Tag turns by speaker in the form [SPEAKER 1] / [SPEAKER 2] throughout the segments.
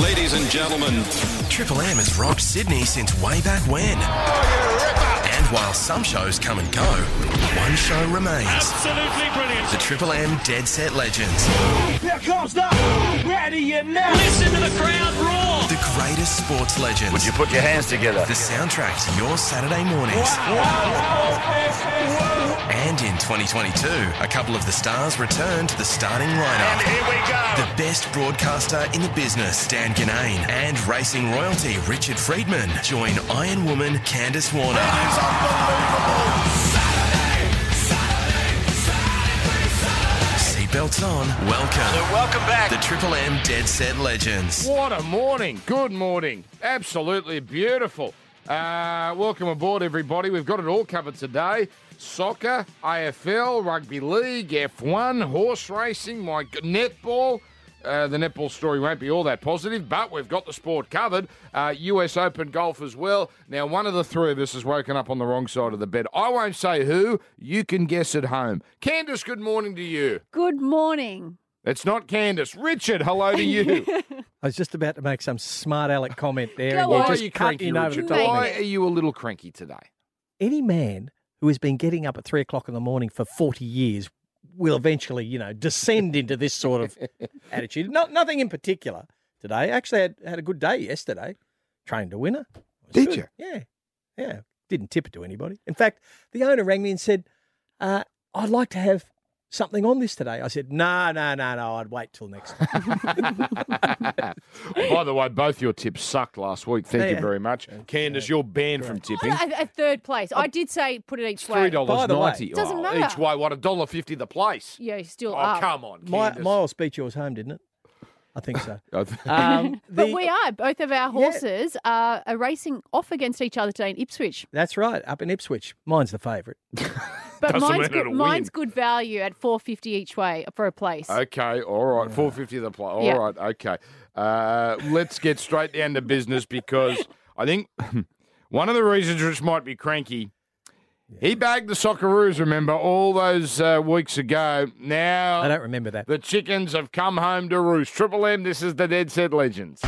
[SPEAKER 1] Ladies and gentlemen,
[SPEAKER 2] Triple M has rocked Sydney since way back when. And while some shows come and go, one show remains.
[SPEAKER 3] Absolutely brilliant.
[SPEAKER 2] The Triple M Dead Set Legends,
[SPEAKER 4] Here comes the ready and now.
[SPEAKER 3] Listen to the crowd roar.
[SPEAKER 2] the greatest sports legends.
[SPEAKER 5] Would you put your hands together?
[SPEAKER 2] The soundtrack to your Saturday mornings. And in 2022, a couple of the stars return to the starting lineup.
[SPEAKER 5] here we go.
[SPEAKER 2] The best broadcaster in the business, Dan Ganane, and racing royalty, Richard Friedman, join Iron Woman Candace Warner. Seatbelts on. Welcome.
[SPEAKER 5] Welcome back.
[SPEAKER 2] The Triple M Dead Set Legends.
[SPEAKER 6] What a morning. Good morning. Absolutely beautiful. Uh, welcome aboard, everybody. We've got it all covered today soccer, AFL, rugby league, F1, horse racing, my g- netball. Uh, the netball story won't be all that positive, but we've got the sport covered. Uh, US Open golf as well. Now, one of the three of us has woken up on the wrong side of the bed. I won't say who. You can guess at home. Candace, good morning to you.
[SPEAKER 7] Good morning.
[SPEAKER 6] It's not Candace. Richard, hello to you.
[SPEAKER 8] I was just about to make some smart aleck comment there,
[SPEAKER 7] Go
[SPEAKER 8] and
[SPEAKER 7] on.
[SPEAKER 8] you
[SPEAKER 6] Why
[SPEAKER 8] just
[SPEAKER 6] are you
[SPEAKER 8] cut
[SPEAKER 6] cranky,
[SPEAKER 8] in over
[SPEAKER 6] Richard?
[SPEAKER 8] the top. of
[SPEAKER 6] Why
[SPEAKER 8] me.
[SPEAKER 6] are you a little cranky today?
[SPEAKER 8] Any man who has been getting up at three o'clock in the morning for forty years will eventually, you know, descend into this sort of attitude. No, nothing in particular today. Actually, had had a good day yesterday. Trained a winner. It was
[SPEAKER 6] Did
[SPEAKER 8] good.
[SPEAKER 6] you?
[SPEAKER 8] Yeah, yeah. Didn't tip it to anybody. In fact, the owner rang me and said, uh, "I'd like to have." Something on this today. I said, no, no, no, no, I'd wait till next time.
[SPEAKER 6] By the way, both your tips sucked last week. Thank you
[SPEAKER 8] Yeah.
[SPEAKER 6] very much. Candace, you're banned from tipping.
[SPEAKER 7] At, at third place. I did say put it each
[SPEAKER 6] Three
[SPEAKER 7] way.
[SPEAKER 6] dollars ninety. Oh,
[SPEAKER 7] Doesn't
[SPEAKER 6] Each
[SPEAKER 7] matter.
[SPEAKER 6] way, what a dollar fifty the place.
[SPEAKER 7] Yeah, you're still
[SPEAKER 6] Oh
[SPEAKER 7] up.
[SPEAKER 6] come on,
[SPEAKER 8] My,
[SPEAKER 6] Candace.
[SPEAKER 8] Miles beat yours home, didn't it? I think so. Um,
[SPEAKER 7] But
[SPEAKER 8] the-
[SPEAKER 7] we are. Both of our horses are, are racing off against each other today in Ipswich.
[SPEAKER 8] That's right, up in Ipswich. Mine's the favourite.
[SPEAKER 7] But
[SPEAKER 6] Doesn't
[SPEAKER 7] mine's
[SPEAKER 6] matter
[SPEAKER 7] good,
[SPEAKER 6] to win.
[SPEAKER 7] mine's good value at four fifty each way for a place.
[SPEAKER 6] Okay, all right, four fifty the play. All
[SPEAKER 7] Yeah.
[SPEAKER 6] right, okay. Uh, let's get straight down to business because I think one of the reasons Rich might be cranky, he bagged the Socceroos. Remember all those uh, weeks ago. Now
[SPEAKER 8] I don't remember that.
[SPEAKER 6] The chickens have come home to roost. Triple M, this is the Dead Set Legends.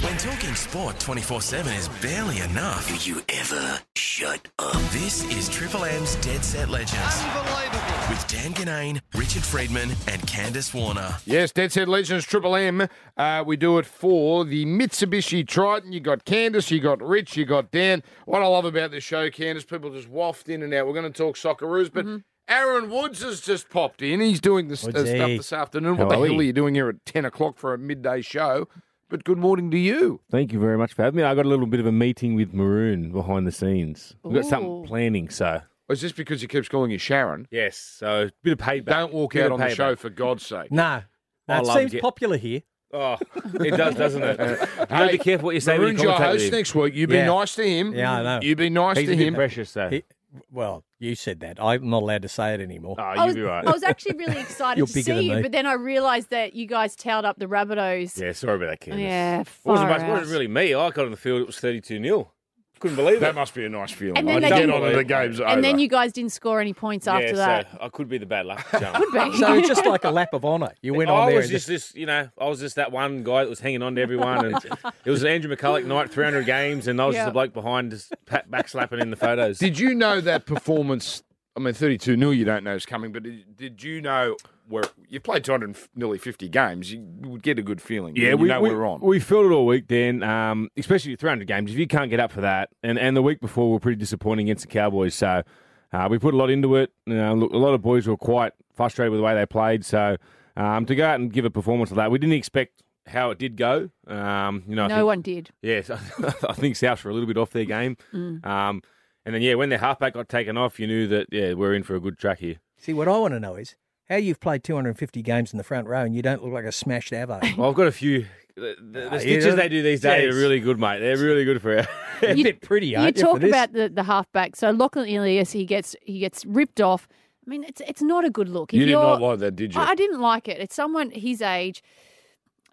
[SPEAKER 2] When talking sport 24 7 is barely enough. Do you ever shut up? This is Triple M's Dead Set Legends. Unbelievable. With Dan Ganane, Richard Friedman, and Candace Warner.
[SPEAKER 6] Yes, Dead Set Legends, Triple M. Uh, we do it for the Mitsubishi Triton. You got Candace, you got Rich, you got Dan. What I love about this show, Candace, people just waft in and out. We're going to talk Socceroos, but Aaron Woods has just popped in. He's doing this uh,
[SPEAKER 8] Woodsy.
[SPEAKER 6] stuff this afternoon.
[SPEAKER 9] Oh,
[SPEAKER 6] What
[SPEAKER 9] How
[SPEAKER 6] the
[SPEAKER 9] are
[SPEAKER 6] hell
[SPEAKER 9] we?
[SPEAKER 6] are you doing here at 10 o'clock for a midday show? But good morning to you.
[SPEAKER 9] Thank you very much for having me. I got a little bit of a meeting with Maroon behind the scenes. We've got
[SPEAKER 7] Ooh.
[SPEAKER 9] something planning, so
[SPEAKER 6] Is this because he keeps calling you Sharon?
[SPEAKER 9] yes, so bit of payback.
[SPEAKER 6] Don't walk
[SPEAKER 9] Bit
[SPEAKER 6] out
[SPEAKER 9] of
[SPEAKER 6] on the
[SPEAKER 9] payback.
[SPEAKER 6] show, for God's sake.
[SPEAKER 8] No,
[SPEAKER 9] I
[SPEAKER 8] no it
[SPEAKER 9] loved
[SPEAKER 8] seems
[SPEAKER 9] it.
[SPEAKER 8] popular here.
[SPEAKER 9] Oh, it does, doesn't it? you
[SPEAKER 6] Hey,
[SPEAKER 9] gotta be careful what you say when
[SPEAKER 6] Maroon's
[SPEAKER 9] you
[SPEAKER 6] your
[SPEAKER 9] commentate.
[SPEAKER 6] host
[SPEAKER 9] with him.
[SPEAKER 6] next week. You
[SPEAKER 8] Yeah.
[SPEAKER 6] be nice to him.
[SPEAKER 8] Yeah, I know.
[SPEAKER 6] You be nice
[SPEAKER 9] He's
[SPEAKER 6] to
[SPEAKER 9] a bit
[SPEAKER 6] him.
[SPEAKER 9] precious, so.
[SPEAKER 8] He- well, you said that. I'm not allowed to say it anymore.
[SPEAKER 9] oh,
[SPEAKER 7] I
[SPEAKER 9] you'll
[SPEAKER 7] was,
[SPEAKER 9] be right.
[SPEAKER 7] I was actually really excited
[SPEAKER 8] You're
[SPEAKER 7] to
[SPEAKER 8] bigger
[SPEAKER 7] see
[SPEAKER 8] than
[SPEAKER 7] you,
[SPEAKER 8] me.
[SPEAKER 7] but then I realised that you guys tailed up the Rabbitohs.
[SPEAKER 9] yeah, sorry about that, Candace.
[SPEAKER 7] Yeah,
[SPEAKER 9] it wasn't,
[SPEAKER 7] far
[SPEAKER 9] much, it wasn't
[SPEAKER 7] out.
[SPEAKER 9] really me. I got on the field. It was thirty-two 0 Couldn't believe
[SPEAKER 6] That
[SPEAKER 9] it.
[SPEAKER 6] must be a nice feeling.
[SPEAKER 7] And then
[SPEAKER 6] I
[SPEAKER 7] they
[SPEAKER 6] get
[SPEAKER 7] did-
[SPEAKER 6] on and the game's over.
[SPEAKER 7] And then you guys didn't score any points
[SPEAKER 9] yeah,
[SPEAKER 7] after that.
[SPEAKER 9] so I could be the bad luck. charm.
[SPEAKER 8] So it's just like a lap of honour. You went on
[SPEAKER 9] I
[SPEAKER 8] there
[SPEAKER 9] was
[SPEAKER 8] and just,
[SPEAKER 9] just this, you know, I was just that one guy that was hanging on to everyone, and it was an Andrew McCulloch night, three hundred games, and I was
[SPEAKER 7] Yeah.
[SPEAKER 9] just the bloke behind, just pat, back slapping in the photos.
[SPEAKER 6] Did you know that performance? I mean, 32 nil you don't know is coming, but did, did you know where you played 200 nearly 50 games? You would get a good feeling.
[SPEAKER 9] Yeah,
[SPEAKER 6] you
[SPEAKER 9] we,
[SPEAKER 6] know
[SPEAKER 9] we,
[SPEAKER 6] are on.
[SPEAKER 9] we felt it all week, Dan. Um, especially 300 games. If you can't get up for that, and, and the week before we were pretty disappointing against the Cowboys, so uh, we put a lot into it. You know, look, a lot of boys were quite frustrated with the way they played. So um, to go out and give a performance like that, we didn't expect how it did go. Um, you know, I
[SPEAKER 7] no
[SPEAKER 9] think-
[SPEAKER 7] one did.
[SPEAKER 9] Yes, I think Souths were a little bit off their game. Um, and then yeah, when their halfback got taken off, you knew that yeah we're in for a good track here.
[SPEAKER 8] see, what I want to know is how you've played 250 games in the front row and you don't look like a smashed avo.
[SPEAKER 9] Well, I've got a few. uh, The, the, the
[SPEAKER 8] you
[SPEAKER 9] stitches
[SPEAKER 8] don't-
[SPEAKER 9] they do these days
[SPEAKER 8] Yes.
[SPEAKER 9] are really good, mate. They're really good for our
[SPEAKER 8] a bit pretty,
[SPEAKER 7] you
[SPEAKER 8] aren't you, for
[SPEAKER 7] talk
[SPEAKER 8] this?
[SPEAKER 7] about the, the halfback. So Lachlan Ilias, he gets he gets ripped off. I mean, it's it's not a good look. If
[SPEAKER 6] you did
[SPEAKER 7] you're-
[SPEAKER 6] not like that, did you?
[SPEAKER 7] I, I didn't like it. It's someone his age.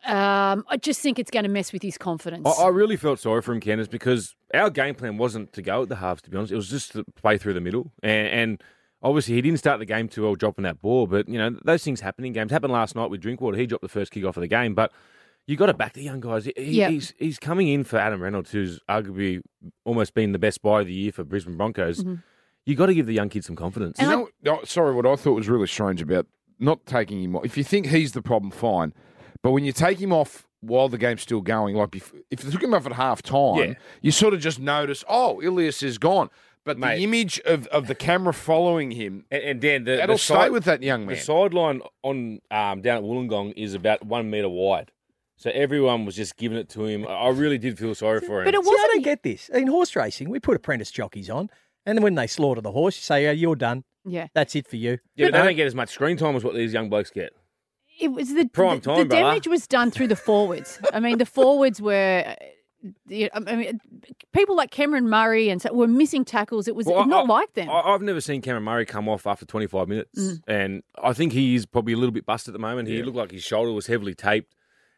[SPEAKER 7] Um, I just think it's going to mess with his confidence.
[SPEAKER 9] I, I really felt sorry for him, Candace, because our game plan wasn't to go at the halves. To be honest, it was just to play through the middle, and, and obviously he didn't start the game too well dropping that ball. But you know those things happen in games. Happened last night with Drinkwater. He dropped the first kick off of the game, but you got to back the young guys. He, he-
[SPEAKER 7] Yeah.
[SPEAKER 9] He's he's coming in for Adam Reynolds, who's arguably almost been the best buy of the year for Brisbane Broncos. You got to give the young kid some confidence.
[SPEAKER 7] And
[SPEAKER 6] You know, oh, sorry, what I thought was really strange about not taking him off. If you think he's the problem, fine. But when you take him off while the game's still going, like if, if you took him off at half time,
[SPEAKER 9] Yeah.
[SPEAKER 6] you sort of just notice, oh, Ilias is gone. But
[SPEAKER 9] Mate.
[SPEAKER 6] the image of, of the camera following him,
[SPEAKER 9] And, and Dan, the,
[SPEAKER 6] that'll
[SPEAKER 9] the
[SPEAKER 6] stay
[SPEAKER 9] side-
[SPEAKER 6] with that young man.
[SPEAKER 9] The sideline on um, down at Wollongong is about one meter wide, so everyone was just giving it to him. I I really did feel sorry for him.
[SPEAKER 7] But it
[SPEAKER 8] See, I
[SPEAKER 7] wasn't.
[SPEAKER 8] don't get this. In horse racing, we put apprentice jockeys on, and then when they slaughter the horse, you say, oh, you're done.
[SPEAKER 7] yeah,
[SPEAKER 8] That's it for you.
[SPEAKER 9] yeah, but they don't get as much screen time as what these young blokes get.
[SPEAKER 7] it was the
[SPEAKER 9] Prime
[SPEAKER 7] the,
[SPEAKER 9] time,
[SPEAKER 7] the
[SPEAKER 9] brother.
[SPEAKER 7] damage was done through the forwards. I mean, the forwards were. uh, the- I mean, people like Cameron Murray and so were missing tackles. It was
[SPEAKER 9] Well, I-
[SPEAKER 7] not
[SPEAKER 9] I-
[SPEAKER 7] like them. Mm.
[SPEAKER 9] I, I've never seen Cameron Murray come off after 25 minutes, and I think he is probably a little bit busted at the moment. He looked like his shoulder was heavily taped,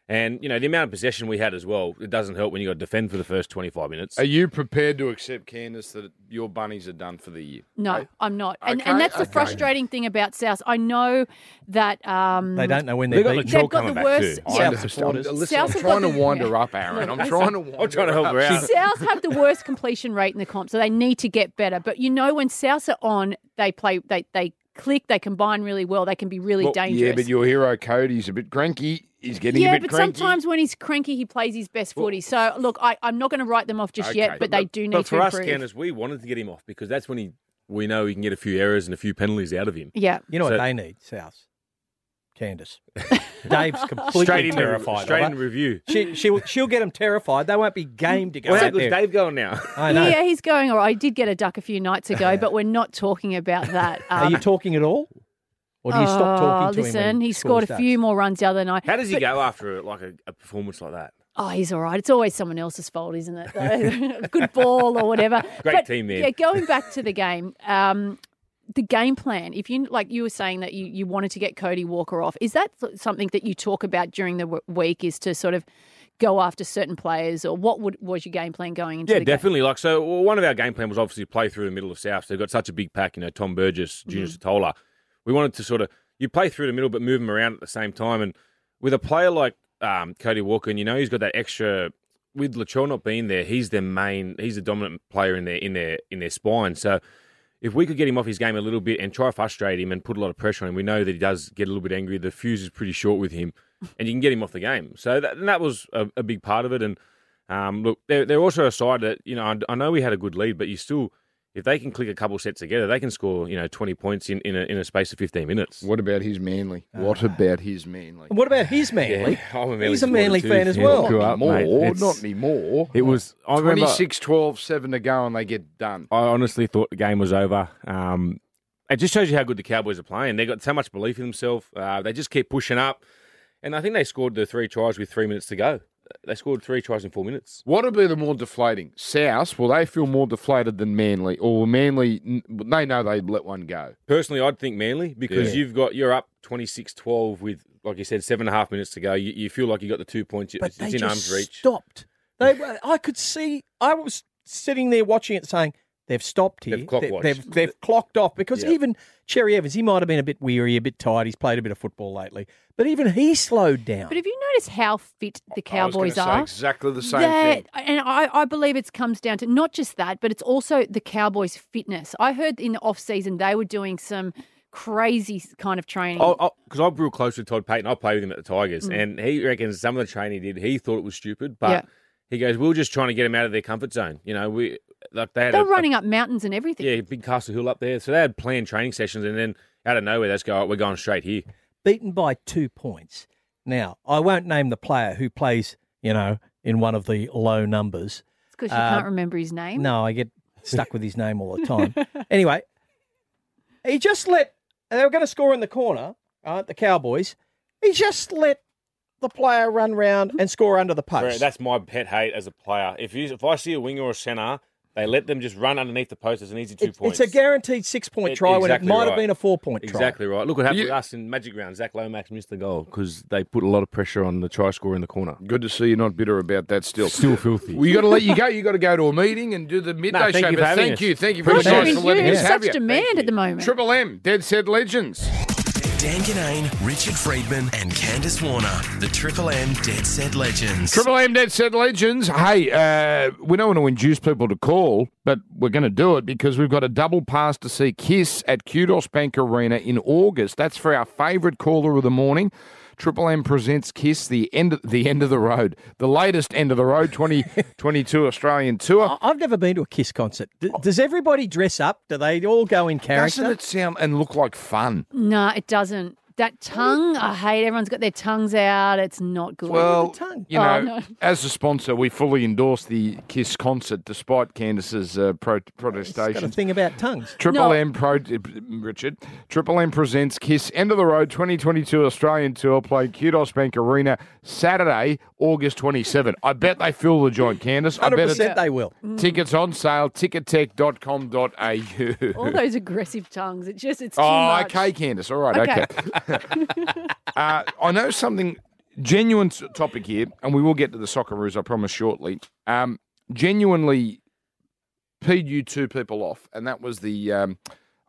[SPEAKER 9] and you know the amount of possession we had as well. It doesn't help when you got to defend for the first 25 minutes.
[SPEAKER 6] Are you prepared to accept, Candace, that your bunnies are done for the year?
[SPEAKER 7] no, I'm not. And,
[SPEAKER 6] Okay,
[SPEAKER 7] and that's the
[SPEAKER 6] okay.
[SPEAKER 7] frustrating thing about South. I know that um,
[SPEAKER 8] They don't know when
[SPEAKER 9] They got
[SPEAKER 8] they're
[SPEAKER 9] the
[SPEAKER 8] beaten.
[SPEAKER 9] They're
[SPEAKER 7] they've got
[SPEAKER 9] coming
[SPEAKER 7] the
[SPEAKER 9] back
[SPEAKER 7] worst.
[SPEAKER 9] too.
[SPEAKER 7] yeah,
[SPEAKER 8] South supporters.
[SPEAKER 6] Listen,
[SPEAKER 7] South
[SPEAKER 6] I'm
[SPEAKER 7] have
[SPEAKER 6] trying to
[SPEAKER 7] got the-
[SPEAKER 6] wind
[SPEAKER 7] yeah.
[SPEAKER 6] her up, Aaron. I'm trying to wind
[SPEAKER 9] I'm trying to help her out.
[SPEAKER 7] South have the worst completion rate in the comp, so they need to get better. But you know, when South are on, they play, they they click, they combine really well. They can be really dangerous.
[SPEAKER 6] Yeah, but your hero Cody's a bit cranky. He's getting
[SPEAKER 7] Yeah,
[SPEAKER 6] a bit
[SPEAKER 7] but
[SPEAKER 6] cranky.
[SPEAKER 7] sometimes when he's cranky, he plays his best footy. So look, I, I'm not going to write them off just
[SPEAKER 6] Okay.
[SPEAKER 7] yet, but they do need
[SPEAKER 9] but
[SPEAKER 7] to
[SPEAKER 9] for us,
[SPEAKER 7] improve.
[SPEAKER 9] Canners, we wanted to get him off because that's when he we know he can get a few errors and a few penalties out of him.
[SPEAKER 7] yeah,
[SPEAKER 8] You know what
[SPEAKER 9] So-
[SPEAKER 8] they need, Souths? Candace. Dave's completely
[SPEAKER 9] Straight in the,
[SPEAKER 8] terrified. of
[SPEAKER 9] straight
[SPEAKER 8] her.
[SPEAKER 9] in review.
[SPEAKER 8] she, she, will- she'll get them terrified. They won't be game to go
[SPEAKER 9] Well, how
[SPEAKER 8] out
[SPEAKER 9] good's
[SPEAKER 8] there.
[SPEAKER 9] Dave going now?
[SPEAKER 8] I know.
[SPEAKER 7] yeah, he's going. All right, I did get a duck a few nights ago, but we're not talking about that.
[SPEAKER 8] Are
[SPEAKER 7] Um,
[SPEAKER 8] you talking at all? Or do you stop
[SPEAKER 7] oh,
[SPEAKER 8] talking to
[SPEAKER 7] listen,
[SPEAKER 8] him? when
[SPEAKER 7] he
[SPEAKER 8] school
[SPEAKER 7] scored a
[SPEAKER 8] starts?
[SPEAKER 7] few more runs the other night.
[SPEAKER 9] How does he go after like a, a performance like that?
[SPEAKER 7] Oh, he's all right. It's always someone else's fault, isn't it? Good ball or whatever.
[SPEAKER 9] Great team there.
[SPEAKER 7] Yeah, going back to the game, um, the game plan. If you like, you were saying that you, you wanted to get Cody Walker off. Is that th- something that you talk about during the w- week? Is to sort of go after certain players, or what would, was your game plan going into?
[SPEAKER 9] Yeah,
[SPEAKER 7] the
[SPEAKER 9] definitely. Like, so well, one of our game plan was obviously play through the middle of South. So they've got such a big pack, you know, Tom
[SPEAKER 7] Mm-hmm.
[SPEAKER 9] Burgess, Junior Satola. We wanted to sort of, you play through the middle, but move them around at the same time. And with a player like um, Cody Walker, and you know, he's got that extra, with Lachor not being there, he's their main, he's the dominant player in their, in their, in their spine. So if we could get him off his game a little bit and try to frustrate him and put a lot of pressure on him, we know that he does get a little bit angry. The fuse is pretty short with him, and you can get him off the game. So that, and that was a, a big part of it. And um, look, they're, they're also a side that you know I, I know we had a good lead, but you still, if they can click a couple sets together, they can score you know twenty points in in a, in a space of fifteen minutes.
[SPEAKER 6] What about his manly? What
[SPEAKER 9] Ah.
[SPEAKER 6] about his manly?
[SPEAKER 8] And What about his
[SPEAKER 9] Yeah,
[SPEAKER 8] manly?
[SPEAKER 9] I'm a Manly
[SPEAKER 8] He's a manly
[SPEAKER 9] supporter too.
[SPEAKER 8] fan as
[SPEAKER 9] Yeah,
[SPEAKER 8] well.
[SPEAKER 9] grew up,
[SPEAKER 6] more,
[SPEAKER 9] mate. It's-
[SPEAKER 6] not anymore.
[SPEAKER 9] It was. I remember.
[SPEAKER 6] 26 12, 7 to go, and they get done.
[SPEAKER 9] I honestly thought the game was over. Um, it just shows you how good the Cowboys are playing. They got so much belief in themselves. Uh, they just keep pushing up, and I think they scored the three tries with three minutes to go. They scored three tries in four minutes.
[SPEAKER 6] What'll be the more deflating? South, will they feel more deflated than Manly? Or will Manly, n- they know they let one go?
[SPEAKER 9] Personally, I'd think Manly because
[SPEAKER 6] Yeah.
[SPEAKER 9] you've got you're up 26-12 with, like you said, seven and a half minutes to go. You, you feel like you got the two points.
[SPEAKER 8] But
[SPEAKER 9] it's
[SPEAKER 8] they
[SPEAKER 9] it's in
[SPEAKER 8] just
[SPEAKER 9] arm's reach.
[SPEAKER 8] stopped. They, were- I could see. I was sitting there watching it, saying they've stopped here.
[SPEAKER 9] They've clock
[SPEAKER 8] They-
[SPEAKER 9] watched.
[SPEAKER 8] they've, they've clocked off because
[SPEAKER 9] Yeah.
[SPEAKER 8] even Cherry Evans, he might have been a bit weary, a bit tired. He's played a bit of football lately, but even he slowed down.
[SPEAKER 7] But have you noticed how fit the Cowboys
[SPEAKER 6] I
[SPEAKER 7] are?
[SPEAKER 6] was gonna say exactly the same
[SPEAKER 7] That-
[SPEAKER 6] thing.
[SPEAKER 7] And I, I believe it comes down to not just that, but it's also the Cowboys' fitness. I heard in the off season they were doing some crazy kind of training.
[SPEAKER 6] Oh,
[SPEAKER 9] Because I'm real close with Todd Payton. I played with him at the Tigers,
[SPEAKER 8] Mm.
[SPEAKER 9] and he reckons some of the training he did, he thought it was stupid, but
[SPEAKER 7] Yeah.
[SPEAKER 9] he goes, "We are just trying to get him out of their comfort zone." You know, we like they had
[SPEAKER 7] They're
[SPEAKER 9] a, a-
[SPEAKER 7] running up mountains and everything.
[SPEAKER 9] yeah, big Castle Hill up there, so they had planned training sessions, and then out of nowhere, they just go, "Oh, "We're going straight here."
[SPEAKER 8] beaten by two points. Now, I won't name the player who plays, you know, in one of the low numbers.
[SPEAKER 7] It's because you
[SPEAKER 8] Uh,
[SPEAKER 7] can't remember his name.
[SPEAKER 8] No, I get stuck with his name all the time. anyway, he just let, and they were going to score in the corner, right, the Cowboys. He just let the player run round and score under the
[SPEAKER 9] Sorry,
[SPEAKER 8] post.
[SPEAKER 9] that's my pet hate as a player. If you if I see a winger or a centre, they let them just run underneath the post. It's an easy two
[SPEAKER 8] It's-
[SPEAKER 9] points.
[SPEAKER 8] It's a guaranteed six point
[SPEAKER 9] It-
[SPEAKER 8] try when it
[SPEAKER 9] E- exactly
[SPEAKER 8] might
[SPEAKER 9] right.
[SPEAKER 8] have been a four point try.
[SPEAKER 9] Exactly right. Look what happened
[SPEAKER 6] You-
[SPEAKER 9] with us in Magic Round. Zach Lomax missed the goal because they put a lot of pressure on the try scorer in the corner.
[SPEAKER 6] Good to see you're not bitter about that still.
[SPEAKER 9] Still filthy.
[SPEAKER 6] Well, you got to let you go. You got to go to a meeting and do the midday
[SPEAKER 9] thank
[SPEAKER 6] show.
[SPEAKER 9] you for
[SPEAKER 6] but
[SPEAKER 9] having
[SPEAKER 6] thank
[SPEAKER 9] us.
[SPEAKER 6] you, thank you very
[SPEAKER 7] Gosh,
[SPEAKER 6] much
[SPEAKER 7] I mean,
[SPEAKER 6] for letting
[SPEAKER 7] you're in
[SPEAKER 6] us have
[SPEAKER 7] such
[SPEAKER 6] you.
[SPEAKER 7] demand at the moment.
[SPEAKER 6] Triple M, Dead Said Legends.
[SPEAKER 2] Dan Ganane, Richard Friedman, and Candice Warner, the Triple M Dead Set Legends.
[SPEAKER 6] Triple M Dead Set Legends. Hey, uh, we don't want to induce people to call, but we're going to do it because we've got a double pass to see Kiss at Kudos Bank Arena in August. That's for our favourite caller of the morning. Triple M presents Kiss the end the end of the road, the latest end of the road 2022 Australian tour.
[SPEAKER 8] I- I've never been to a Kiss concert. D-
[SPEAKER 9] Oh.
[SPEAKER 8] does everybody dress up? Do they all go in
[SPEAKER 6] Doesn't
[SPEAKER 8] character?
[SPEAKER 6] it sound and look like fun?
[SPEAKER 7] No, it doesn't. That tongue, I hate. Everyone's got their tongues out. It's not good.
[SPEAKER 6] Well,
[SPEAKER 8] tongue.
[SPEAKER 6] you know,
[SPEAKER 7] Oh, no.
[SPEAKER 6] as a sponsor, we fully endorse the Kiss concert despite Candace's uh, pro-
[SPEAKER 8] Got a
[SPEAKER 6] protestations.
[SPEAKER 8] thing about tongues.
[SPEAKER 6] Triple
[SPEAKER 7] No.
[SPEAKER 6] M Pro Richard. Triple M presents Kiss End of the Road 2022 Australian Tour playing Kudos Bank Arena Saturday, August 27. I bet they fill the joint, Candice. I
[SPEAKER 8] Hundred
[SPEAKER 6] bet
[SPEAKER 8] percent,
[SPEAKER 6] it's
[SPEAKER 8] they will.
[SPEAKER 6] tickets on sale, tickettech.com.au.
[SPEAKER 7] all those aggressive tongues. It's just it's too
[SPEAKER 6] Oh,
[SPEAKER 7] much.
[SPEAKER 6] okay, Candice. All right, okay. uh, I know something genuine s- topic here, and we will get to the Socceroos, I promise, shortly. Um, genuinely peed you two people off, and that was the um,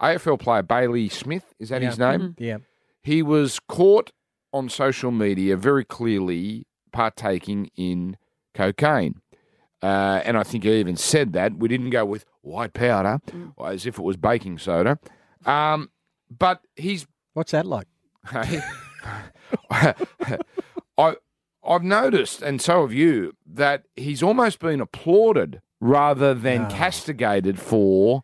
[SPEAKER 6] AFL player Bailey Smith. Is that his name?
[SPEAKER 8] Yeah. Mm-hmm.
[SPEAKER 6] He was caught on social media very clearly partaking in cocaine. Uh, and I think he even said that. We didn't go with white powder
[SPEAKER 8] Mm.
[SPEAKER 6] as if it was baking soda. Um, but he's.
[SPEAKER 8] What's that like?
[SPEAKER 6] I, I've noticed, and so have you, that he's almost been applauded rather than castigated for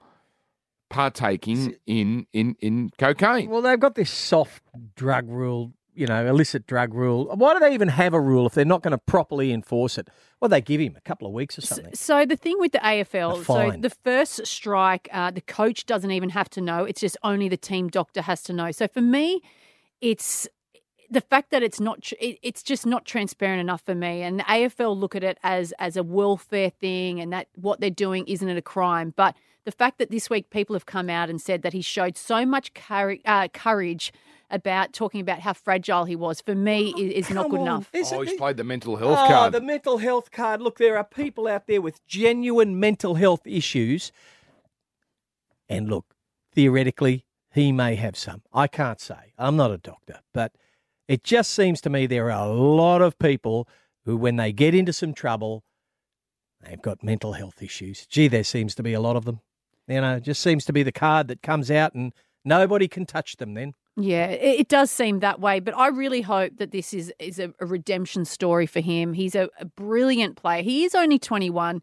[SPEAKER 6] partaking in, in, in cocaine.
[SPEAKER 8] Well, they've got this soft drug rule, you know, illicit drug rule. Why do they even have a rule if they're not going to properly enforce it? Well, they give him a couple of weeks or something.
[SPEAKER 7] So the thing with the
[SPEAKER 8] A
[SPEAKER 7] AFL, so
[SPEAKER 8] fine.
[SPEAKER 7] the first strike, uh, the coach doesn't even have to know. It's just only the team doctor has to know. So for me, it's the fact that it's not tr- it, it's just not transparent enough for me and the AFL look at it as as a welfare thing and that what they're doing isn't it a crime but the fact that this week people have come out and said that he showed so much cour- uh, courage about talking about how fragile he was for me is, is not
[SPEAKER 8] Oh, Come
[SPEAKER 7] good
[SPEAKER 8] on,
[SPEAKER 7] enough
[SPEAKER 8] isn't
[SPEAKER 6] oh, he's
[SPEAKER 8] it-
[SPEAKER 6] played the mental health
[SPEAKER 8] Oh,
[SPEAKER 6] card.
[SPEAKER 8] the mental health card. Look, there are people out there with genuine mental health issues. And look, theoretically, he may have some. I can't say. I'm not a doctor, but it just seems to me there are a lot of people who, when they get into some trouble, they've got mental health issues. Gee, there seems to be a lot of them. You know, it just seems to be the card that comes out and nobody can touch them then.
[SPEAKER 7] Yeah, it, it does seem that way, but I really hope that this is is a, a redemption story for him. He's a, a brilliant player. He is only twenty one.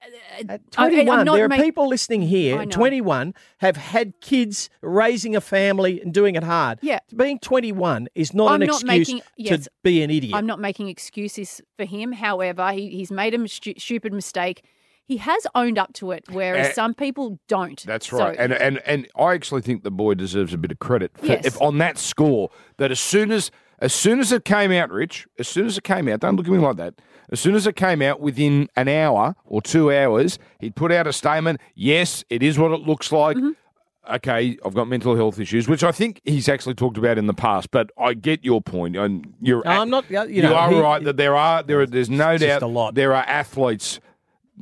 [SPEAKER 8] At
[SPEAKER 7] I- I'm
[SPEAKER 8] 21,
[SPEAKER 7] not
[SPEAKER 8] there are
[SPEAKER 7] make-
[SPEAKER 8] people listening here,
[SPEAKER 7] I
[SPEAKER 8] at
[SPEAKER 7] know.
[SPEAKER 8] 21, have had kids, raising a family, and doing it hard.
[SPEAKER 7] Yeah.
[SPEAKER 8] Being 21 is not
[SPEAKER 7] I'm
[SPEAKER 8] an
[SPEAKER 7] not
[SPEAKER 8] excuse
[SPEAKER 7] making-
[SPEAKER 8] to
[SPEAKER 7] yes,
[SPEAKER 8] be an idiot.
[SPEAKER 7] I'm not making excuses for him. However, he, he's made a stu- stupid mistake. He has owned up to it, whereas
[SPEAKER 6] Eh,
[SPEAKER 7] some people don't.
[SPEAKER 6] That's
[SPEAKER 7] So-
[SPEAKER 6] right, and and and I actually think the boy deserves a bit of credit for,
[SPEAKER 7] Yes.
[SPEAKER 6] if on that score that as soon as as soon as it came out, Rich, as soon as it came out, don't look at me like that. As soon as it came out, within an hour or two hours, he'd put out a statement. Yes, it is what it looks like.
[SPEAKER 8] Mm-hmm.
[SPEAKER 6] Okay, I've got mental health issues, which I think he's actually talked about in the past. But I get your point, and you're
[SPEAKER 8] No, I'm not- uh, you know,
[SPEAKER 6] are
[SPEAKER 8] he-
[SPEAKER 6] right that there are there. Are, there's no
[SPEAKER 8] It's just
[SPEAKER 6] doubt
[SPEAKER 8] a lot.
[SPEAKER 6] there are athletes,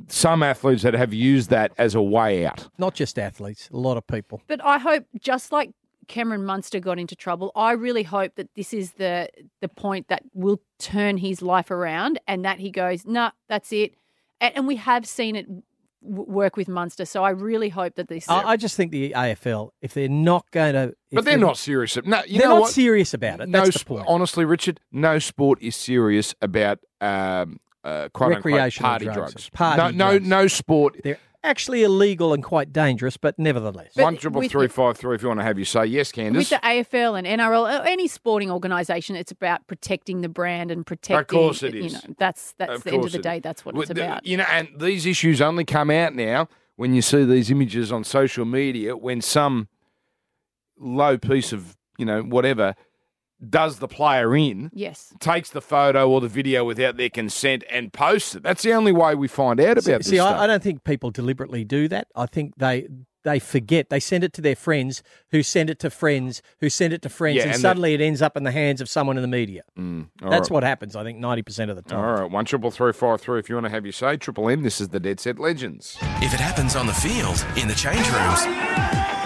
[SPEAKER 6] some athletes that have used that as a way out.
[SPEAKER 8] Not just athletes, a lot of people.
[SPEAKER 7] But I hope, just like Cameron Munster got into trouble, I really hope that this is the the point that will turn his life around, and that he goes, "Nah, that's it." And, and we have seen it w- work with Munster, so I really hope that this.
[SPEAKER 8] I, I just think the AFL, if they're not going to.
[SPEAKER 6] But they're not serious. No, you
[SPEAKER 8] they're
[SPEAKER 6] know
[SPEAKER 8] not
[SPEAKER 6] what?
[SPEAKER 8] serious about it.
[SPEAKER 6] No,
[SPEAKER 8] That's the
[SPEAKER 6] sp-
[SPEAKER 8] point.
[SPEAKER 6] honestly, Richard, no sport is serious about um, uh, quote unquote
[SPEAKER 8] Recreational
[SPEAKER 6] party drugs.
[SPEAKER 8] drugs. Party
[SPEAKER 6] no, no,
[SPEAKER 8] drugs.
[SPEAKER 6] no sport.
[SPEAKER 8] They're actually illegal and quite dangerous, but nevertheless.
[SPEAKER 7] But
[SPEAKER 6] One triple
[SPEAKER 7] with
[SPEAKER 6] three
[SPEAKER 7] the-
[SPEAKER 6] five three. If you want to have your say, yes,
[SPEAKER 7] with
[SPEAKER 6] Candice.
[SPEAKER 7] the AFL and NRL, or uh, any sporting organisation, it's about protecting the brand and protecting.
[SPEAKER 6] course it
[SPEAKER 7] You
[SPEAKER 6] is.
[SPEAKER 7] know, that's that's
[SPEAKER 6] Of
[SPEAKER 7] the end
[SPEAKER 6] course
[SPEAKER 7] of the
[SPEAKER 6] it
[SPEAKER 7] day.
[SPEAKER 6] is.
[SPEAKER 7] That's what
[SPEAKER 6] Well,
[SPEAKER 7] it's
[SPEAKER 6] the-
[SPEAKER 7] about.
[SPEAKER 6] You know, and these issues only come out now when you see these images on social media when some low piece of you know whatever does the player in.
[SPEAKER 7] yes.
[SPEAKER 6] Takes the photo or the video without their consent and posts it. That's the only way we find out about this.
[SPEAKER 8] See,
[SPEAKER 6] stuff.
[SPEAKER 8] I, I don't think people deliberately do that. I think they they forget. They send it to their friends, who send it to friends, who send it to friends,
[SPEAKER 6] Yeah,
[SPEAKER 8] and,
[SPEAKER 6] and the- Mm,
[SPEAKER 8] suddenly it ends up in the hands of someone in the media.
[SPEAKER 6] All
[SPEAKER 8] That's
[SPEAKER 6] right.
[SPEAKER 8] what happens. I think ninety percent of the time.
[SPEAKER 6] All right, one triple three five three. If you want to have your say, triple M. This is the Dead Set Legends.
[SPEAKER 2] If it happens on the field, in the change rooms,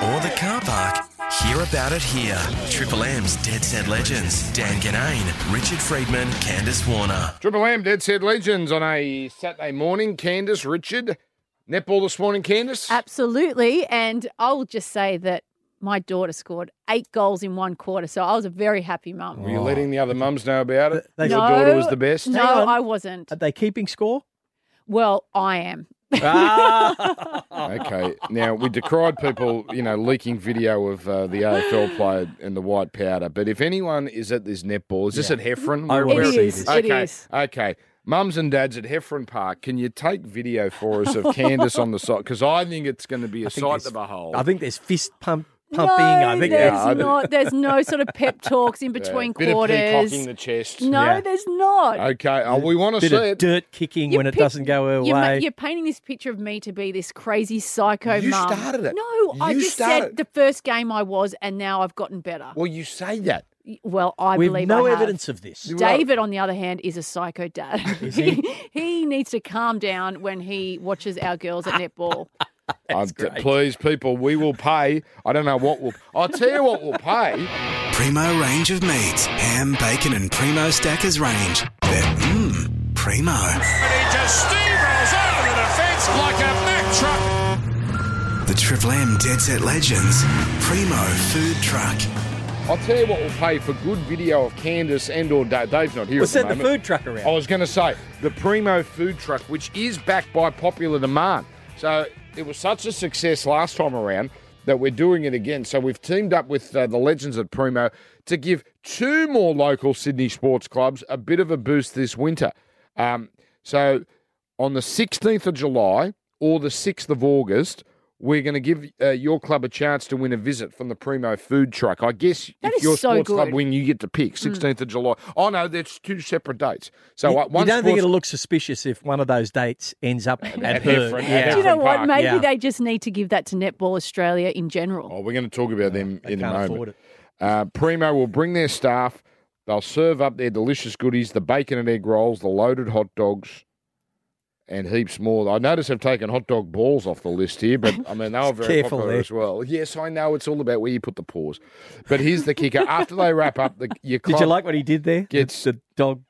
[SPEAKER 2] or the car park, Hear about it here. Triple M's Dead Set Legends. Dan Ganane, Richard Friedman, Candice Warner.
[SPEAKER 6] Triple M, Dead Set Legends on a Saturday morning. Candice, Richard, netball this morning, Candice.
[SPEAKER 7] Absolutely. And I'll just say that my daughter scored eight goals in one quarter. So I was a very happy mum.
[SPEAKER 6] Were you letting the other mums know about it?
[SPEAKER 8] They-
[SPEAKER 6] Your daughter was the best.
[SPEAKER 7] No,
[SPEAKER 8] Hang on.
[SPEAKER 7] I wasn't.
[SPEAKER 8] Are they keeping score?
[SPEAKER 7] Well, I am.
[SPEAKER 8] Ah,
[SPEAKER 6] Okay. Now we decried people, you know, leaking video of uh, the AFL player and the white powder. But if anyone is at this netball, is this at Heffron?
[SPEAKER 8] I
[SPEAKER 6] Where-
[SPEAKER 8] wanna
[SPEAKER 7] It
[SPEAKER 6] where-
[SPEAKER 8] see
[SPEAKER 7] is.
[SPEAKER 8] this.
[SPEAKER 7] It
[SPEAKER 6] okay.
[SPEAKER 7] is.
[SPEAKER 6] Okay. Mums and dads at Heffron Park, can you take video for us of Candace on the side? Because I think it's going to be a sight to
[SPEAKER 8] there's-
[SPEAKER 6] behold.
[SPEAKER 8] I think there's fist pump
[SPEAKER 7] No,
[SPEAKER 8] pumping. I think
[SPEAKER 7] there's
[SPEAKER 6] Yeah, I-
[SPEAKER 7] not. There's no sort of pep talks in
[SPEAKER 6] Yeah,
[SPEAKER 7] between
[SPEAKER 6] bit of
[SPEAKER 7] quarters.
[SPEAKER 6] peacocking the chest.
[SPEAKER 7] no,
[SPEAKER 8] Yeah.
[SPEAKER 7] there's not.
[SPEAKER 6] Okay. Oh, we want to
[SPEAKER 8] bit
[SPEAKER 6] see
[SPEAKER 8] of
[SPEAKER 6] it.
[SPEAKER 8] dirt kicking
[SPEAKER 7] You
[SPEAKER 8] when it
[SPEAKER 7] pick-
[SPEAKER 8] doesn't go her
[SPEAKER 7] You're, ma-
[SPEAKER 8] way.
[SPEAKER 7] you're painting this picture of me to be this crazy psycho
[SPEAKER 6] You
[SPEAKER 7] mum.
[SPEAKER 6] started it.
[SPEAKER 7] No, I
[SPEAKER 6] You
[SPEAKER 7] just
[SPEAKER 6] started-
[SPEAKER 7] said the first game I was, and now I've gotten better.
[SPEAKER 6] Well, you say that.
[SPEAKER 7] Well, I
[SPEAKER 8] We've
[SPEAKER 7] believe
[SPEAKER 8] no
[SPEAKER 7] I have.
[SPEAKER 8] evidence of this.
[SPEAKER 6] right.
[SPEAKER 7] David, on the other hand, is a psycho dad.
[SPEAKER 8] he?
[SPEAKER 7] he needs to calm down when he watches our girls at netball.
[SPEAKER 6] I'm Uh, d- please, people, we will pay. I don't know what we'll. I'll tell you what we'll pay.
[SPEAKER 1] Primo range of meats, ham, bacon, and Primo Stackers range. They're mmm, primo. The Triple M Dead Set Legends Primo Food Truck.
[SPEAKER 6] I'll tell you what we'll pay for good video of Candace and or Dave. Dave's not here.
[SPEAKER 8] We'll
[SPEAKER 6] at the
[SPEAKER 8] send the
[SPEAKER 6] moment.
[SPEAKER 8] food truck around.
[SPEAKER 6] I was going to say the Primo food truck, which is backed by popular demand. So it was such a success last time around that we're doing it again. So we've teamed up with uh, the legends at Primo to give two more local Sydney sports clubs a bit of a boost this winter. Um, so on the 16th of July or the 6th of August, we're going to give uh, your club a chance to win a visit from the Primo food truck. I guess
[SPEAKER 7] That
[SPEAKER 6] if
[SPEAKER 7] is
[SPEAKER 6] your
[SPEAKER 7] so
[SPEAKER 6] sports club
[SPEAKER 7] good.
[SPEAKER 6] win, you get to
[SPEAKER 7] Hmm.
[SPEAKER 6] pick 16th of July. Oh, no, that's two separate dates. So
[SPEAKER 8] You,
[SPEAKER 6] uh,
[SPEAKER 8] you
[SPEAKER 6] one
[SPEAKER 8] don't think
[SPEAKER 6] sports-
[SPEAKER 8] it'll look suspicious if one of those dates ends up at,
[SPEAKER 6] at
[SPEAKER 8] her?
[SPEAKER 6] Heffron, at
[SPEAKER 8] Yeah.
[SPEAKER 7] Do you know
[SPEAKER 6] Different
[SPEAKER 7] what?
[SPEAKER 6] park.
[SPEAKER 7] Maybe
[SPEAKER 8] Yeah.
[SPEAKER 7] they just need to give that to Netball Australia in general.
[SPEAKER 6] Oh, we're going to talk about them
[SPEAKER 8] They
[SPEAKER 6] in a
[SPEAKER 8] can't
[SPEAKER 6] moment.
[SPEAKER 8] afford it.
[SPEAKER 6] Uh, Primo will bring their staff. They'll serve up their delicious goodies, the bacon and egg rolls, the loaded hot dogs, and heaps more. I notice they've taken hot dog balls off the list here, but I mean, they were very
[SPEAKER 8] Careful
[SPEAKER 6] popular
[SPEAKER 8] there.
[SPEAKER 6] as well. Yes, I know it's all about where you put the paws. But here's the kicker. After they wrap up, the, your
[SPEAKER 8] Did
[SPEAKER 6] club,
[SPEAKER 8] you like what he did there?
[SPEAKER 6] Gets-
[SPEAKER 8] the, the dog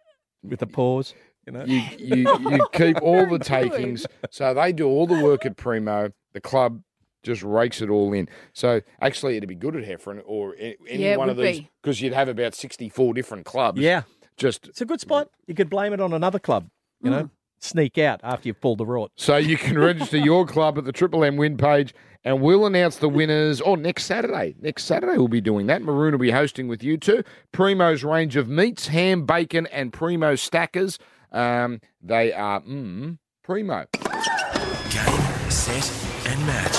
[SPEAKER 8] with the paws. You know,
[SPEAKER 6] you, you, you keep all the takings. So they do all the work at Primo. The club just rakes it all in. So actually, it'd be good at Heffron or a- any
[SPEAKER 7] Yeah, it
[SPEAKER 6] one of
[SPEAKER 7] would
[SPEAKER 6] these
[SPEAKER 7] be.
[SPEAKER 6] because you'd have about 64 different clubs.
[SPEAKER 8] yeah,
[SPEAKER 6] Just
[SPEAKER 8] it's a good spot. You could blame it on another club. You
[SPEAKER 6] Mm.
[SPEAKER 8] know, sneak out after you've pulled the rod.
[SPEAKER 6] so you can register your club at the Triple M win page and we'll announce the winners or next Saturday. Next Saturday, we'll be doing that. Maroon will be hosting with you too. Primo's range of meats, ham, bacon, and Primo stackers. Um, they are mm, Primo.
[SPEAKER 2] Game, set, and match.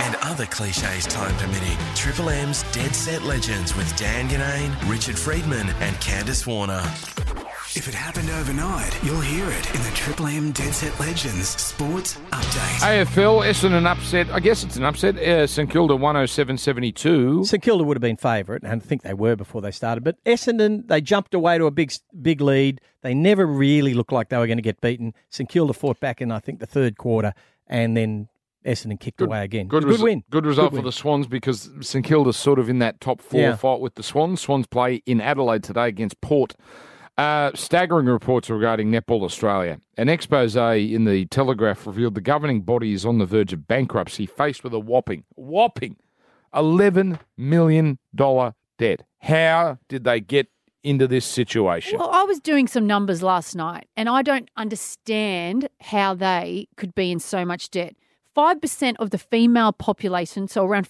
[SPEAKER 2] And other cliches time permitting. Triple M's Dead Set Legends with Dan Ganane, Richard Friedman, and Candice Warner.
[SPEAKER 1] If it happened overnight, you'll hear it in the Triple M Dead Set Legends Sports Update.
[SPEAKER 6] AFL, Essendon upset. I guess it's an upset. Uh, St Kilda 107.72.
[SPEAKER 8] St Kilda would have been favourite, and I think they were before they started. But Essendon, they jumped away to a big, big lead. They never really looked like they were going to get beaten. St Kilda fought back in, I think, the third quarter, and then Essendon kicked away again. It was a
[SPEAKER 6] res-
[SPEAKER 8] good win.
[SPEAKER 6] Good result
[SPEAKER 8] win.
[SPEAKER 6] for the Swans because St Kilda's sort of in that top four
[SPEAKER 8] Yeah.
[SPEAKER 6] fight with the Swans. Swans play in Adelaide today against Port. Uh, staggering reports regarding Netball Australia. An expose in the Telegraph revealed the governing body is on the verge of bankruptcy, faced with a whopping, whopping $11 million debt. How did they get into this situation?
[SPEAKER 7] Well, I was doing some numbers last night, and I don't understand how they could be in so much debt. 5% of the female population, so around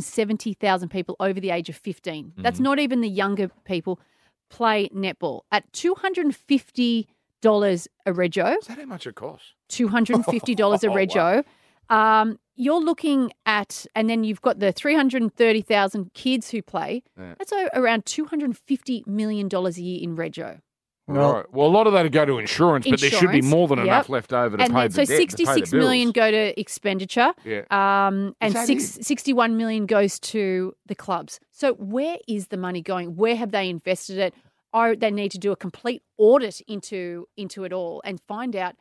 [SPEAKER 7] 570,000 people over the age of 15, that's not even the younger people, play netball at $250 a rego.
[SPEAKER 6] Is that how much it costs?
[SPEAKER 7] two hundred and fifty dollars a rego. Um, you're looking at, and then you've got the three hundred and thirty thousand kids who play. That's o- around two hundred and fifty million dollars a year in rego.
[SPEAKER 8] Well-
[SPEAKER 6] right. well, a lot of that would go to insurance, but there should be
[SPEAKER 7] Insurance,
[SPEAKER 6] more than
[SPEAKER 7] yep.
[SPEAKER 6] enough left over to
[SPEAKER 7] And
[SPEAKER 6] pay
[SPEAKER 7] then,
[SPEAKER 6] the
[SPEAKER 7] so
[SPEAKER 6] debt, to pay the
[SPEAKER 7] sixty-six million
[SPEAKER 6] bills.
[SPEAKER 7] go to expenditure,
[SPEAKER 6] Yeah.
[SPEAKER 7] um, and
[SPEAKER 6] that
[SPEAKER 7] six, 61 million goes to the clubs. So where is the money going? Where have they invested it? Are they need to do a complete audit into into it all and find out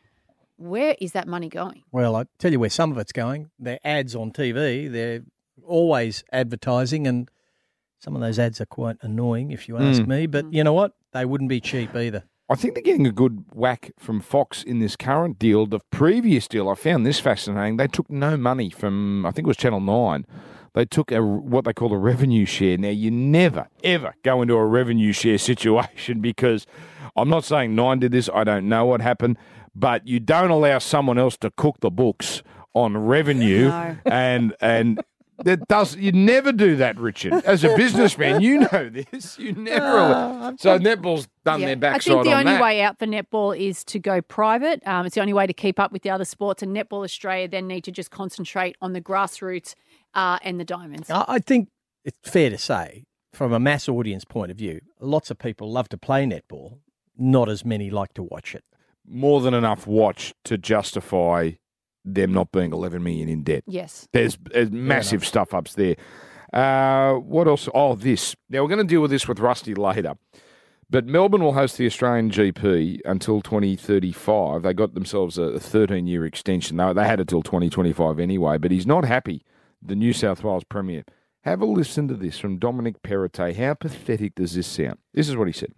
[SPEAKER 7] where is that money going?
[SPEAKER 8] Well, I tell you where some of it's going. Their ads on TV, their always advertising, and some of those ads are quite annoying, if you ask
[SPEAKER 6] Mm.
[SPEAKER 8] me. But you know what? They wouldn't be cheap either.
[SPEAKER 6] I think they're getting a good whack from Fox in this current deal. The previous deal, I found this fascinating. They took no money from, I think it was Channel 9. They took a, what they call a revenue share. Now, you never, ever go into a revenue share situation because I'm not saying 9 did this. I don't know what happened. But you don't allow someone else to cook the books on revenue
[SPEAKER 7] No.
[SPEAKER 6] and and that does you never do that, Richard. As a businessman, you know this. You never. allow- so netball's done their
[SPEAKER 7] Yeah. I
[SPEAKER 6] backside
[SPEAKER 7] think the
[SPEAKER 6] on
[SPEAKER 7] only
[SPEAKER 6] that.
[SPEAKER 7] way out for netball is to go private. Um, it's the only way to keep up with the other sports, and Netball Australia then need to just concentrate on the grassroots uh, and the diamonds.
[SPEAKER 8] I I think it's fair to say, from a mass audience point of view, lots of people love to play netball. Not as many like to watch it.
[SPEAKER 6] More than enough watch to justify them not being 11 million in debt.
[SPEAKER 7] Yes.
[SPEAKER 6] There's, there's massive stuff ups there. Uh, what else? Oh, this. Now, we're going to deal with this with Rusty later. But Melbourne will host the Australian GP until 2035. They got themselves a 13 year extension. They, they had it till 2025 anyway, but he's not happy, the New South Wales Premier. Have a listen to this from Dominic Perrottet. How pathetic does this sound? This is what he said.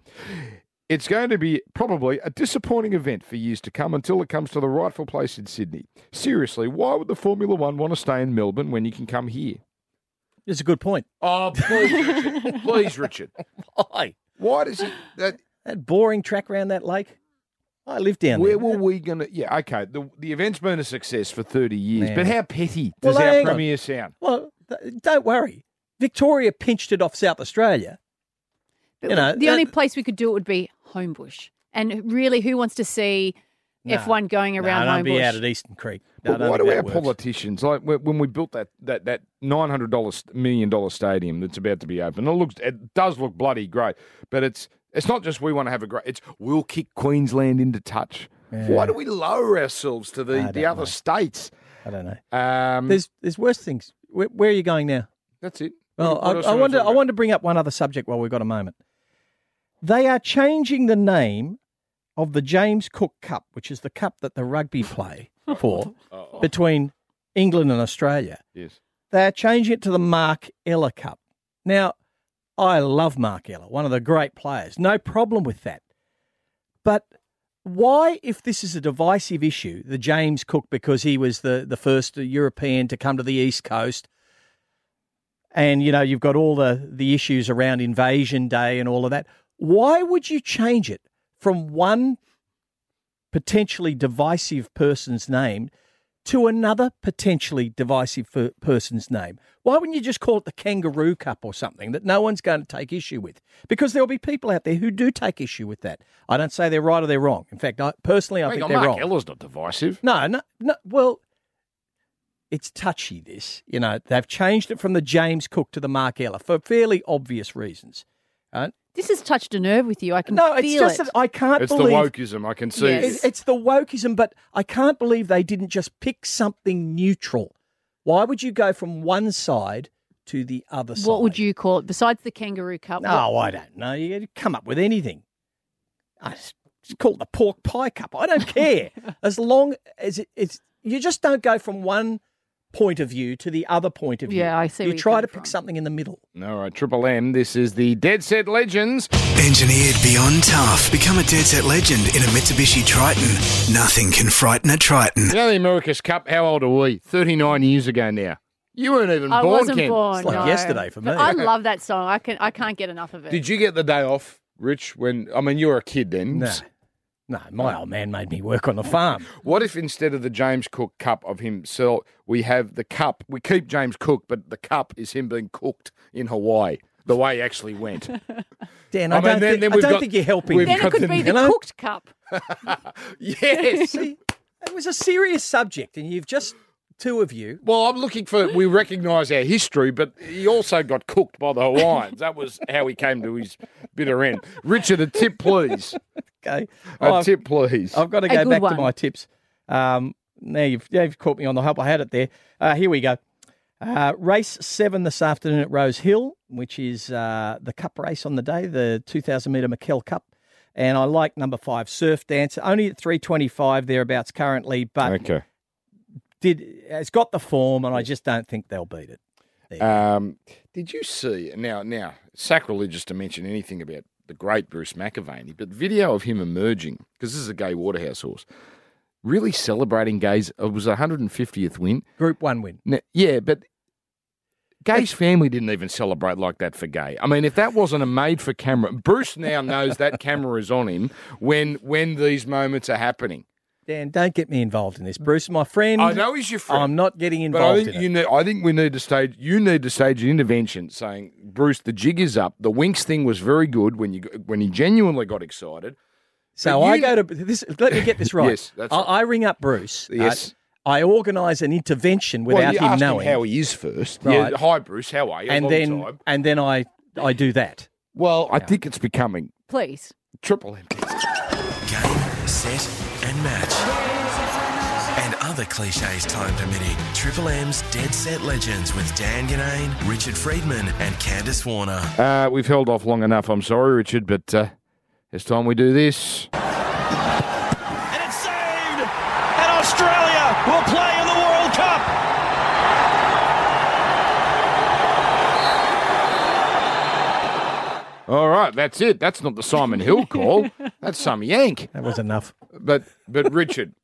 [SPEAKER 6] It's going to be probably a disappointing event for years to come until it comes to the rightful place in Sydney. Seriously, why would the Formula One want to stay in Melbourne when you can come here?
[SPEAKER 8] It's a good point.
[SPEAKER 6] Oh, please, Richard. please, Richard.
[SPEAKER 8] Aye.
[SPEAKER 6] Why does it? That,
[SPEAKER 8] That boring track around that lake. I live down
[SPEAKER 6] where
[SPEAKER 8] there.
[SPEAKER 6] were we going to? Yeah, okay. The, the event's been a success for 30 years,
[SPEAKER 8] Man.
[SPEAKER 6] but how petty
[SPEAKER 8] Well,
[SPEAKER 6] does our
[SPEAKER 8] hang on.
[SPEAKER 6] Premier sound?
[SPEAKER 8] Well, th- don't worry. Victoria pinched it off South Australia.
[SPEAKER 7] But
[SPEAKER 8] You know,
[SPEAKER 7] the
[SPEAKER 8] that-
[SPEAKER 7] only place we could do it would be Homebush. And really, who wants to see
[SPEAKER 8] No.
[SPEAKER 7] F1 going around
[SPEAKER 8] no, don't be out
[SPEAKER 7] Homebush?
[SPEAKER 8] at Easton Creek. No,
[SPEAKER 6] But
[SPEAKER 8] I don't
[SPEAKER 6] why
[SPEAKER 8] think
[SPEAKER 6] do
[SPEAKER 8] that
[SPEAKER 6] our
[SPEAKER 8] works.
[SPEAKER 6] politicians like when when we built that that that nine hundred dollars million dollar stadium that's about to be open? It looks it does look bloody great, but it's it's not just we want to have a great. It's we'll kick Queensland into touch. Why do we lower ourselves to the,
[SPEAKER 8] I
[SPEAKER 6] the
[SPEAKER 8] don't
[SPEAKER 6] other
[SPEAKER 8] know.
[SPEAKER 6] states?
[SPEAKER 8] I don't know.
[SPEAKER 6] Um,
[SPEAKER 8] There's there's worse things. Where, where are you going now?
[SPEAKER 6] that's it.
[SPEAKER 8] Well,
[SPEAKER 6] What else do
[SPEAKER 8] I, I
[SPEAKER 6] you
[SPEAKER 8] want to
[SPEAKER 6] talk
[SPEAKER 8] I
[SPEAKER 6] about?
[SPEAKER 8] want to bring up one other subject while we've got a moment. They are changing the name of the James Cook Cup, which is the cup that the rugby play for between England and Australia.
[SPEAKER 6] Yes.
[SPEAKER 8] They're changing it to the Mark Ella Cup. Now, I love Mark Ella, one of the great players. No problem with that. But why, if this is a divisive issue, the James Cook, because he was the, the first European to come to the East Coast, and you know, you've got all the, the issues around Invasion Day and all of that, why would you change it from one potentially divisive person's name to another potentially divisive per- person's name. Why wouldn't you just call it the Kangaroo Cup or something that no one's going to take issue with? Because there'll be people out there who do take issue with that. I don't say they're right or they're wrong. In fact, I, personally, I
[SPEAKER 6] Hang
[SPEAKER 8] think
[SPEAKER 6] on,
[SPEAKER 8] they're
[SPEAKER 6] Mark
[SPEAKER 8] wrong.
[SPEAKER 6] Eller's not divisive.
[SPEAKER 8] No, no, no. Well, it's touchy. This, you know, they've changed it from the James Cook to the Mark Eller for fairly obvious reasons. right?
[SPEAKER 7] This has touched a nerve with you. I can
[SPEAKER 8] No, it's
[SPEAKER 7] feel
[SPEAKER 8] just
[SPEAKER 7] it.
[SPEAKER 8] that I can't
[SPEAKER 6] It's the
[SPEAKER 8] believe
[SPEAKER 6] wokeism. I can see.
[SPEAKER 7] Yes.
[SPEAKER 6] this.
[SPEAKER 8] It's, it's the wokeism, but I can't believe they didn't just pick something neutral. Why would you go from one side to the other side?
[SPEAKER 7] what would you call it? Besides the Kangaroo Cup, what-
[SPEAKER 8] No, I don't know. You could come up with anything. I just, just call it the pork pie cup. I don't care. as long as it, it's, you just don't go from one point of view to the other point of view.
[SPEAKER 7] Yeah, I see
[SPEAKER 8] You
[SPEAKER 7] where you're
[SPEAKER 8] try to
[SPEAKER 7] coming from.
[SPEAKER 8] pick something in the middle.
[SPEAKER 6] All right, Triple M. This is the Dead Set Legends.
[SPEAKER 1] Engineered beyond tough. Become a Dead Set legend in a Mitsubishi Triton. Nothing can frighten a Triton.
[SPEAKER 6] You know the America's Cup. How old are we? Thirty nine years ago now. You weren't even
[SPEAKER 7] I
[SPEAKER 6] born,
[SPEAKER 7] wasn't
[SPEAKER 6] Ken.
[SPEAKER 7] born.
[SPEAKER 8] It's like
[SPEAKER 7] no.
[SPEAKER 8] yesterday for
[SPEAKER 7] But
[SPEAKER 8] me.
[SPEAKER 7] I love that song. I can I can't get enough of it.
[SPEAKER 6] Did you get the day off, Rich? When I mean, you were a kid then.
[SPEAKER 8] No. No, my old man made me work on the farm.
[SPEAKER 6] What if instead of the James Cook Cup of himself, we have the cup? We keep James Cook, but the cup is him being cooked in Hawaii. The way he actually went.
[SPEAKER 8] Dan,
[SPEAKER 6] I
[SPEAKER 8] I,
[SPEAKER 6] mean,
[SPEAKER 8] don't,
[SPEAKER 6] then-
[SPEAKER 8] think,
[SPEAKER 6] then
[SPEAKER 8] I
[SPEAKER 6] we've
[SPEAKER 8] don't
[SPEAKER 6] got-
[SPEAKER 8] think you're helping.
[SPEAKER 6] we've
[SPEAKER 8] me.
[SPEAKER 7] then it
[SPEAKER 6] cut
[SPEAKER 7] could
[SPEAKER 6] them
[SPEAKER 7] be the
[SPEAKER 8] down.
[SPEAKER 7] cooked cup.
[SPEAKER 6] yes.
[SPEAKER 8] See, it was a serious subject, and you've just two of you.
[SPEAKER 6] Well, I'm looking for. We recognise our history, but he also got cooked by the Hawaiians. That was how he came to his bitter end. Richard, a tip, please.
[SPEAKER 8] Okay,
[SPEAKER 6] A
[SPEAKER 8] Oh, I've,
[SPEAKER 6] tip, please.
[SPEAKER 8] I've got to
[SPEAKER 7] A
[SPEAKER 8] go
[SPEAKER 7] good
[SPEAKER 8] back
[SPEAKER 7] one.
[SPEAKER 8] to my tips. Um, now you've, now you've caught me on the hop. I had it there. Uh, here we go. Uh, race seven this afternoon at Rose Hill, which is uh, the cup race on the day, the 2,000 metre McKell Cup. And I like number five, Surf Dancer, only at 325 thereabouts currently, but
[SPEAKER 6] okay.
[SPEAKER 8] did it's got the form, and I just don't think they'll beat it.
[SPEAKER 6] Um, did you see now? Now sacrilegious to mention anything about the great Bruce McAvaney, but video of him emerging because this is a gay Waterhouse horse, really celebrating gays. It was a 150th win.
[SPEAKER 8] Group one win.
[SPEAKER 6] Now, yeah, but Gay's family didn't even celebrate like that for Gay. I mean, if that wasn't a made for camera, Bruce now knows that camera is on him when when these moments are happening.
[SPEAKER 8] Dan, don't get me involved in this. Bruce is my friend.
[SPEAKER 6] I know he's your friend.
[SPEAKER 8] I'm not getting
[SPEAKER 6] But I
[SPEAKER 8] involved
[SPEAKER 6] think
[SPEAKER 8] in
[SPEAKER 6] you
[SPEAKER 8] it.
[SPEAKER 6] need. I think we need to stage. You need to stage an intervention, saying, "Bruce, the jig is up. The Winks thing was very good when you when he genuinely got excited.
[SPEAKER 8] So
[SPEAKER 6] but
[SPEAKER 8] I
[SPEAKER 6] you-
[SPEAKER 8] go to this. Let me get this right.
[SPEAKER 6] Yes, that's
[SPEAKER 8] I,
[SPEAKER 6] right.
[SPEAKER 8] I ring up Bruce. uh,
[SPEAKER 6] Yes.
[SPEAKER 8] I organise an intervention
[SPEAKER 6] Well,
[SPEAKER 8] without
[SPEAKER 6] you
[SPEAKER 8] him
[SPEAKER 6] asked
[SPEAKER 8] knowing,
[SPEAKER 6] how he is first.
[SPEAKER 8] Right.
[SPEAKER 6] Yeah, hi, Bruce. How are you?
[SPEAKER 8] and
[SPEAKER 6] Long
[SPEAKER 8] then
[SPEAKER 6] time.
[SPEAKER 8] and then I I do that.
[SPEAKER 6] well, I think it's becoming
[SPEAKER 7] Please.
[SPEAKER 6] triple M.
[SPEAKER 2] Game, set, and match. And other cliches time permitting. Triple M's Dead Set Legends with Dan Ganane, Richard Friedman, and Candace Warner.
[SPEAKER 6] Uh, we've held off long enough. I'm sorry, Richard, but uh, it's time we do this.
[SPEAKER 4] And it's saved! And Australia will play in the World Cup!
[SPEAKER 6] All right, that's it. That's not the Simon Hill call. That's some yank.
[SPEAKER 8] That was enough.
[SPEAKER 6] But but Richard,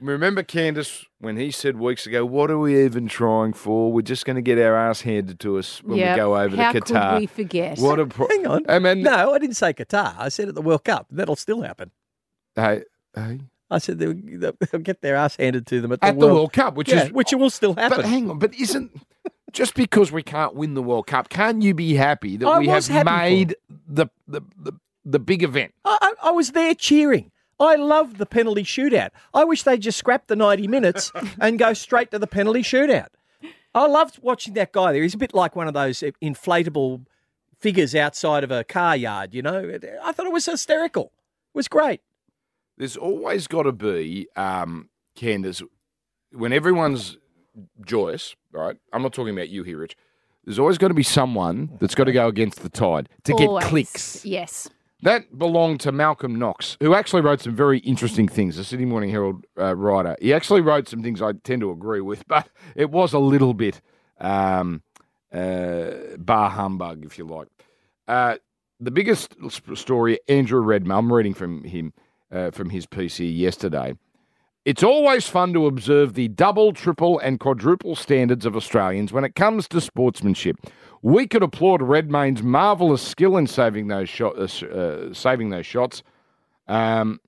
[SPEAKER 6] remember Candace when he said weeks ago, "What are we even trying for? We're just going to get our ass handed to us when we
[SPEAKER 7] Yep.
[SPEAKER 6] go over
[SPEAKER 7] How
[SPEAKER 6] to
[SPEAKER 7] could
[SPEAKER 6] Qatar."
[SPEAKER 7] we forget?
[SPEAKER 6] What a pro-
[SPEAKER 8] Hang on.
[SPEAKER 6] I mean,
[SPEAKER 8] no, I didn't say Qatar. I said at the World Cup. That'll still happen.
[SPEAKER 6] hey, hey,
[SPEAKER 8] I said they'll, they'll get their ass handed to them at the,
[SPEAKER 6] at the
[SPEAKER 8] World,
[SPEAKER 6] World Cup, which
[SPEAKER 8] Yeah,
[SPEAKER 6] is
[SPEAKER 8] which will still happen.
[SPEAKER 6] But hang on, but isn't just because we can't win the World Cup, can't you be happy that
[SPEAKER 8] I
[SPEAKER 6] we
[SPEAKER 8] was
[SPEAKER 6] have
[SPEAKER 8] happy for
[SPEAKER 6] made the, the the the big event?
[SPEAKER 8] I, I I was there cheering. I loved the penalty shootout. I wish they just scrapped the 90 minutes and go straight to the penalty shootout. I loved watching that guy there. He's a bit like one of those inflatable figures outside of a car yard, you know? I thought it was hysterical. It was great.
[SPEAKER 6] There's always got to be, um, Candace, when everyone's joyous, right? I'm not talking about you here, Rich. There's always got to be someone that's got to go against the tide to
[SPEAKER 7] Always.
[SPEAKER 6] get clicks.
[SPEAKER 7] Yes.
[SPEAKER 6] That belonged to Malcolm Knox, who actually wrote some very interesting things, a Sydney Morning Herald uh, writer. He actually wrote some things I tend to agree with, but it was a little bit um, uh, bar humbug, if you like. Uh, the biggest sp- story, Andrew Redmayne, I'm reading from him, uh, from his piece here yesterday. It's always fun to observe the double, triple, and quadruple standards of Australians when it comes to sportsmanship. We could applaud Redmayne's marvellous skill in saving those, shot, uh, s- uh, saving those shots, um,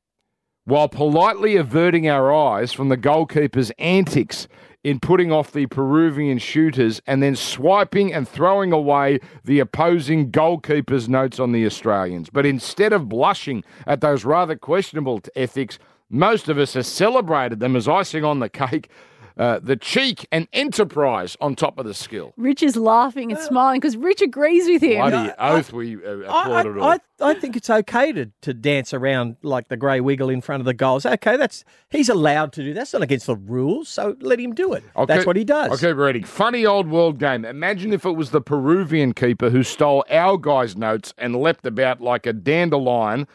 [SPEAKER 6] while politely averting our eyes from the goalkeeper's antics in putting off the Peruvian shooters and then swiping and throwing away the opposing goalkeeper's notes on the Australians. But instead of blushing at those rather questionable t- ethics, most of us have celebrated them as icing on the cake. Uh, the cheek and enterprise on top of the skill.
[SPEAKER 7] Rich is laughing and smiling because Rich agrees with him.
[SPEAKER 6] Bloody oath, we uh,
[SPEAKER 8] I,
[SPEAKER 6] applauded all.
[SPEAKER 8] I, I, I think it's okay to, to dance around like the grey wiggle in front of the goals. Okay, that's he's allowed to do that. That's not against the rules, so let him do it.
[SPEAKER 6] I'll
[SPEAKER 8] That's
[SPEAKER 6] keep-
[SPEAKER 8] what he does.
[SPEAKER 6] I'll keep reading. Funny old world game. Imagine if it was the Peruvian keeper who stole our guy's notes and leapt about like a dandelion.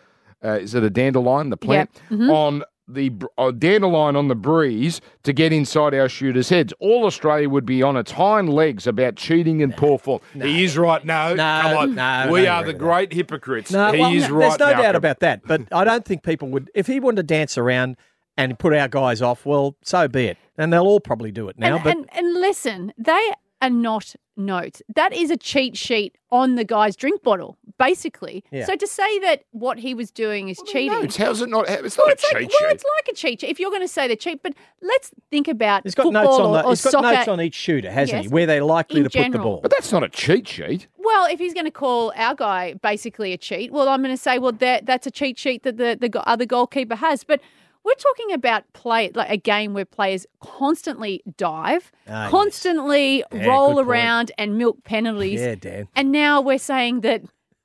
[SPEAKER 6] Uh, is it a dandelion? The plant
[SPEAKER 8] Mm-hmm.
[SPEAKER 6] on the br- uh, dandelion on the breeze to get inside our shooters' heads. All Australia would be on its hind legs about cheating and poor form. he is right. No,
[SPEAKER 8] No,
[SPEAKER 6] come on.
[SPEAKER 8] no,
[SPEAKER 6] we
[SPEAKER 8] don't
[SPEAKER 6] are
[SPEAKER 8] agree
[SPEAKER 6] the
[SPEAKER 8] with
[SPEAKER 6] great hypocrites.
[SPEAKER 8] No,
[SPEAKER 6] he
[SPEAKER 8] well,
[SPEAKER 6] is
[SPEAKER 8] no,
[SPEAKER 6] right.
[SPEAKER 8] There's no doubt
[SPEAKER 6] Malcolm.
[SPEAKER 8] about that. But I don't think people would. If he wanted to dance around and put our guys off, well, so be it. And they'll all probably do it now.
[SPEAKER 7] and,
[SPEAKER 8] but
[SPEAKER 7] and, and listen, they are not notes. That is a cheat sheet on the guy's drink bottle, basically.
[SPEAKER 8] Yeah.
[SPEAKER 7] So to say that what he was doing is cheating.
[SPEAKER 6] Notes. How's it not? It's not a
[SPEAKER 7] it's like,
[SPEAKER 6] cheat
[SPEAKER 7] well,
[SPEAKER 6] sheet.
[SPEAKER 7] it's like a cheat sheet. If you're going to say they're cheat, but let's think about
[SPEAKER 8] he's got
[SPEAKER 7] football
[SPEAKER 8] notes on
[SPEAKER 7] or,
[SPEAKER 8] the.
[SPEAKER 7] or
[SPEAKER 8] He's got
[SPEAKER 7] soccer.
[SPEAKER 8] notes on each shooter, hasn't he?
[SPEAKER 7] Yes.
[SPEAKER 8] Where they're likely
[SPEAKER 7] In
[SPEAKER 8] to put the
[SPEAKER 7] general.
[SPEAKER 8] ball.
[SPEAKER 6] But that's not a cheat sheet.
[SPEAKER 7] Well, if he's going to call our guy basically a cheat, well, I'm going to say, well, that that's a cheat sheet that the the go- other goalkeeper has. But we're talking about play like a game where players constantly dive,
[SPEAKER 8] Ah,
[SPEAKER 7] constantly
[SPEAKER 8] Yeah, good
[SPEAKER 7] roll
[SPEAKER 8] point.
[SPEAKER 7] around and milk penalties.
[SPEAKER 8] yeah, Dan.
[SPEAKER 7] And now we're saying that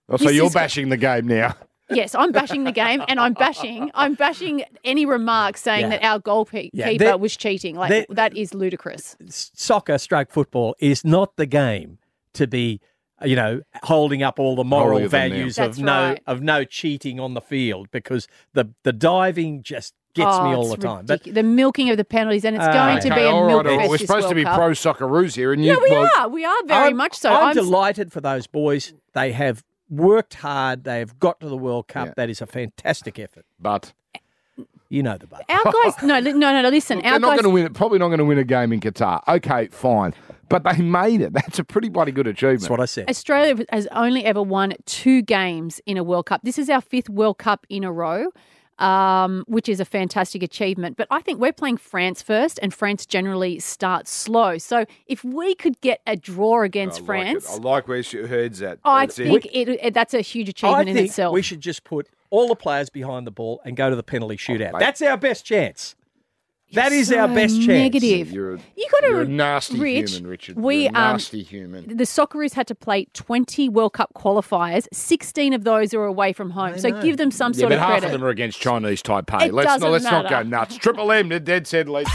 [SPEAKER 6] Oh, so
[SPEAKER 7] This
[SPEAKER 6] you're
[SPEAKER 7] is-
[SPEAKER 6] bashing the game now.
[SPEAKER 7] yes, I'm bashing the game, and I'm bashing I'm bashing any remark saying
[SPEAKER 8] Yeah.
[SPEAKER 7] that our goalkeeper
[SPEAKER 8] Yeah, they're-
[SPEAKER 7] was cheating.
[SPEAKER 8] they're-
[SPEAKER 7] Like that is ludicrous.
[SPEAKER 8] Soccer, stroke football is not the game to be. You know, holding up all the moral
[SPEAKER 6] Holier than thou.
[SPEAKER 8] values of
[SPEAKER 7] That's
[SPEAKER 8] no
[SPEAKER 7] right.
[SPEAKER 8] of no cheating on the field because the the diving just gets me
[SPEAKER 7] Oh,
[SPEAKER 8] all the
[SPEAKER 7] it's
[SPEAKER 8] time. But
[SPEAKER 7] ridicu- the milking of the penalties, and it's
[SPEAKER 8] Ah,
[SPEAKER 7] going
[SPEAKER 8] okay.
[SPEAKER 7] to be a
[SPEAKER 6] all
[SPEAKER 7] milk
[SPEAKER 6] right, all right.
[SPEAKER 7] fest
[SPEAKER 6] We're
[SPEAKER 7] this
[SPEAKER 6] supposed to
[SPEAKER 7] World
[SPEAKER 6] be
[SPEAKER 7] Cup.
[SPEAKER 6] pro socceroos here, and you
[SPEAKER 7] Yeah, we
[SPEAKER 6] well,
[SPEAKER 7] are. We are very
[SPEAKER 8] I'm-
[SPEAKER 7] much so.
[SPEAKER 8] I'm,
[SPEAKER 7] I'm s-
[SPEAKER 8] delighted for those boys. They have worked hard. They have got to the World Cup.
[SPEAKER 6] Yeah.
[SPEAKER 8] That is a fantastic effort.
[SPEAKER 6] but
[SPEAKER 8] You know the but.
[SPEAKER 7] Our guys, no, li- no, no, no. Listen,
[SPEAKER 6] they're
[SPEAKER 7] our
[SPEAKER 6] not
[SPEAKER 7] guys.
[SPEAKER 6] going to win. Probably not going to win a game in Qatar. Okay, fine, but they made it. That's a pretty bloody good achievement.
[SPEAKER 8] That's what I said.
[SPEAKER 7] Australia has only ever won two games in a World Cup. This is our fifth World Cup in a row, um, which is a fantastic achievement. But I think we're playing France first, and France generally starts slow. So if we could get a draw against France, Oh,
[SPEAKER 5] I like where she heads at.
[SPEAKER 7] I
[SPEAKER 5] That's it.
[SPEAKER 7] think it. it- that's a huge
[SPEAKER 8] I
[SPEAKER 7] achievement in
[SPEAKER 8] think
[SPEAKER 7] itself.
[SPEAKER 8] we should just put all the players behind the ball and go to the
[SPEAKER 6] Oh,
[SPEAKER 8] penalty shootout. That's our best chance. That is our
[SPEAKER 7] So
[SPEAKER 8] best chance.
[SPEAKER 7] Negative.
[SPEAKER 6] You're a,
[SPEAKER 7] You got
[SPEAKER 6] you're
[SPEAKER 7] to
[SPEAKER 6] a nasty
[SPEAKER 7] Rich,
[SPEAKER 6] human, Richard.
[SPEAKER 7] We
[SPEAKER 6] You're a
[SPEAKER 7] um,
[SPEAKER 6] nasty human.
[SPEAKER 7] the Socceroos had to play 20 World Cup qualifiers. 16 of those are away from home. So give them some
[SPEAKER 6] Yeah,
[SPEAKER 7] sort
[SPEAKER 6] but
[SPEAKER 7] of
[SPEAKER 6] half
[SPEAKER 7] credit.
[SPEAKER 6] of them are against Chinese Taipei.
[SPEAKER 7] It
[SPEAKER 6] let's
[SPEAKER 7] doesn't
[SPEAKER 6] not let's not go
[SPEAKER 7] matter.
[SPEAKER 6] nuts. Triple M, the dead said lead.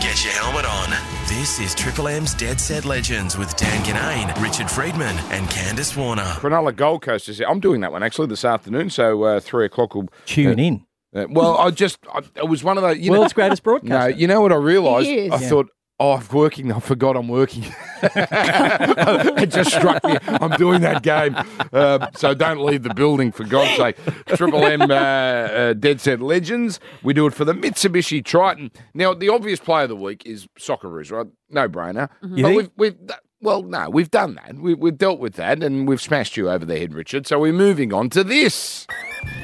[SPEAKER 2] Get your helmet on. This is Triple M's Dead Set Legends with Dan Ganane, Richard Friedman, and Candace Warner.
[SPEAKER 6] Cronulla Gold Coast is. I'm doing that one actually this afternoon. So uh, three o'clock will.
[SPEAKER 8] Tune in.
[SPEAKER 6] Uh, well, I just I, it was one of those. You know,
[SPEAKER 8] World's greatest
[SPEAKER 6] no,
[SPEAKER 8] broadcaster.
[SPEAKER 6] you know what I realised?
[SPEAKER 7] He is.
[SPEAKER 6] I
[SPEAKER 7] Yeah.
[SPEAKER 6] thought. Oh, I'm working. I forgot I'm working. it just struck me. I'm doing that game. Um, so don't leave the building, for God's sake. Triple M uh, uh, Dead Set Legends. We do it for the Mitsubishi Triton. Now, the obvious play of the week is Socceroos, right? No brainer.
[SPEAKER 7] Mm-hmm.
[SPEAKER 8] You
[SPEAKER 6] But
[SPEAKER 8] think?
[SPEAKER 6] we've, we've, th- well, no, we've done that. We, we've dealt with that and we've smashed you over the head, Richard. So we're moving on to this.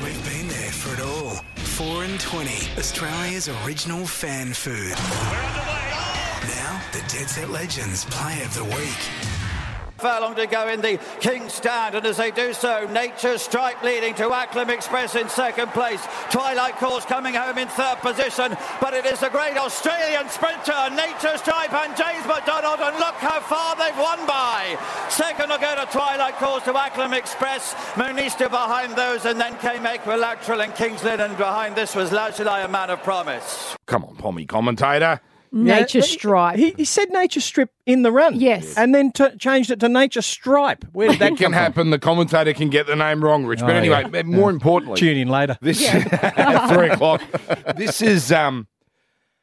[SPEAKER 1] We've been there for it all. 4 and 20, Australia's original fan food. Now, the Dead Set Legends Play of the Week.
[SPEAKER 4] Far long to go in the King Stand, and as they do so, Nature Strike leading to Acklam Express in second place. Twilight Course coming home in third position, but it is the great Australian sprinter, Nature Stripe and James McDonald, and look how far they've won by. Second will go to Twilight Course to Acklam Express, Munista behind those, and then came Equilateral and Kingsland, and behind this was Lauchelai, a man of promise.
[SPEAKER 6] Come on, Pommy commentator.
[SPEAKER 7] Nature
[SPEAKER 8] Yeah,
[SPEAKER 7] Stripe.
[SPEAKER 8] He, he said nature strip in the run.
[SPEAKER 7] Yes.
[SPEAKER 8] And then t- changed it to nature stripe. Where did that
[SPEAKER 6] Can
[SPEAKER 8] come from?
[SPEAKER 6] happen. The commentator can get the name wrong, Rich. But
[SPEAKER 8] Oh,
[SPEAKER 6] anyway, more importantly,
[SPEAKER 8] Tune in later.
[SPEAKER 6] This three o'clock. This is um,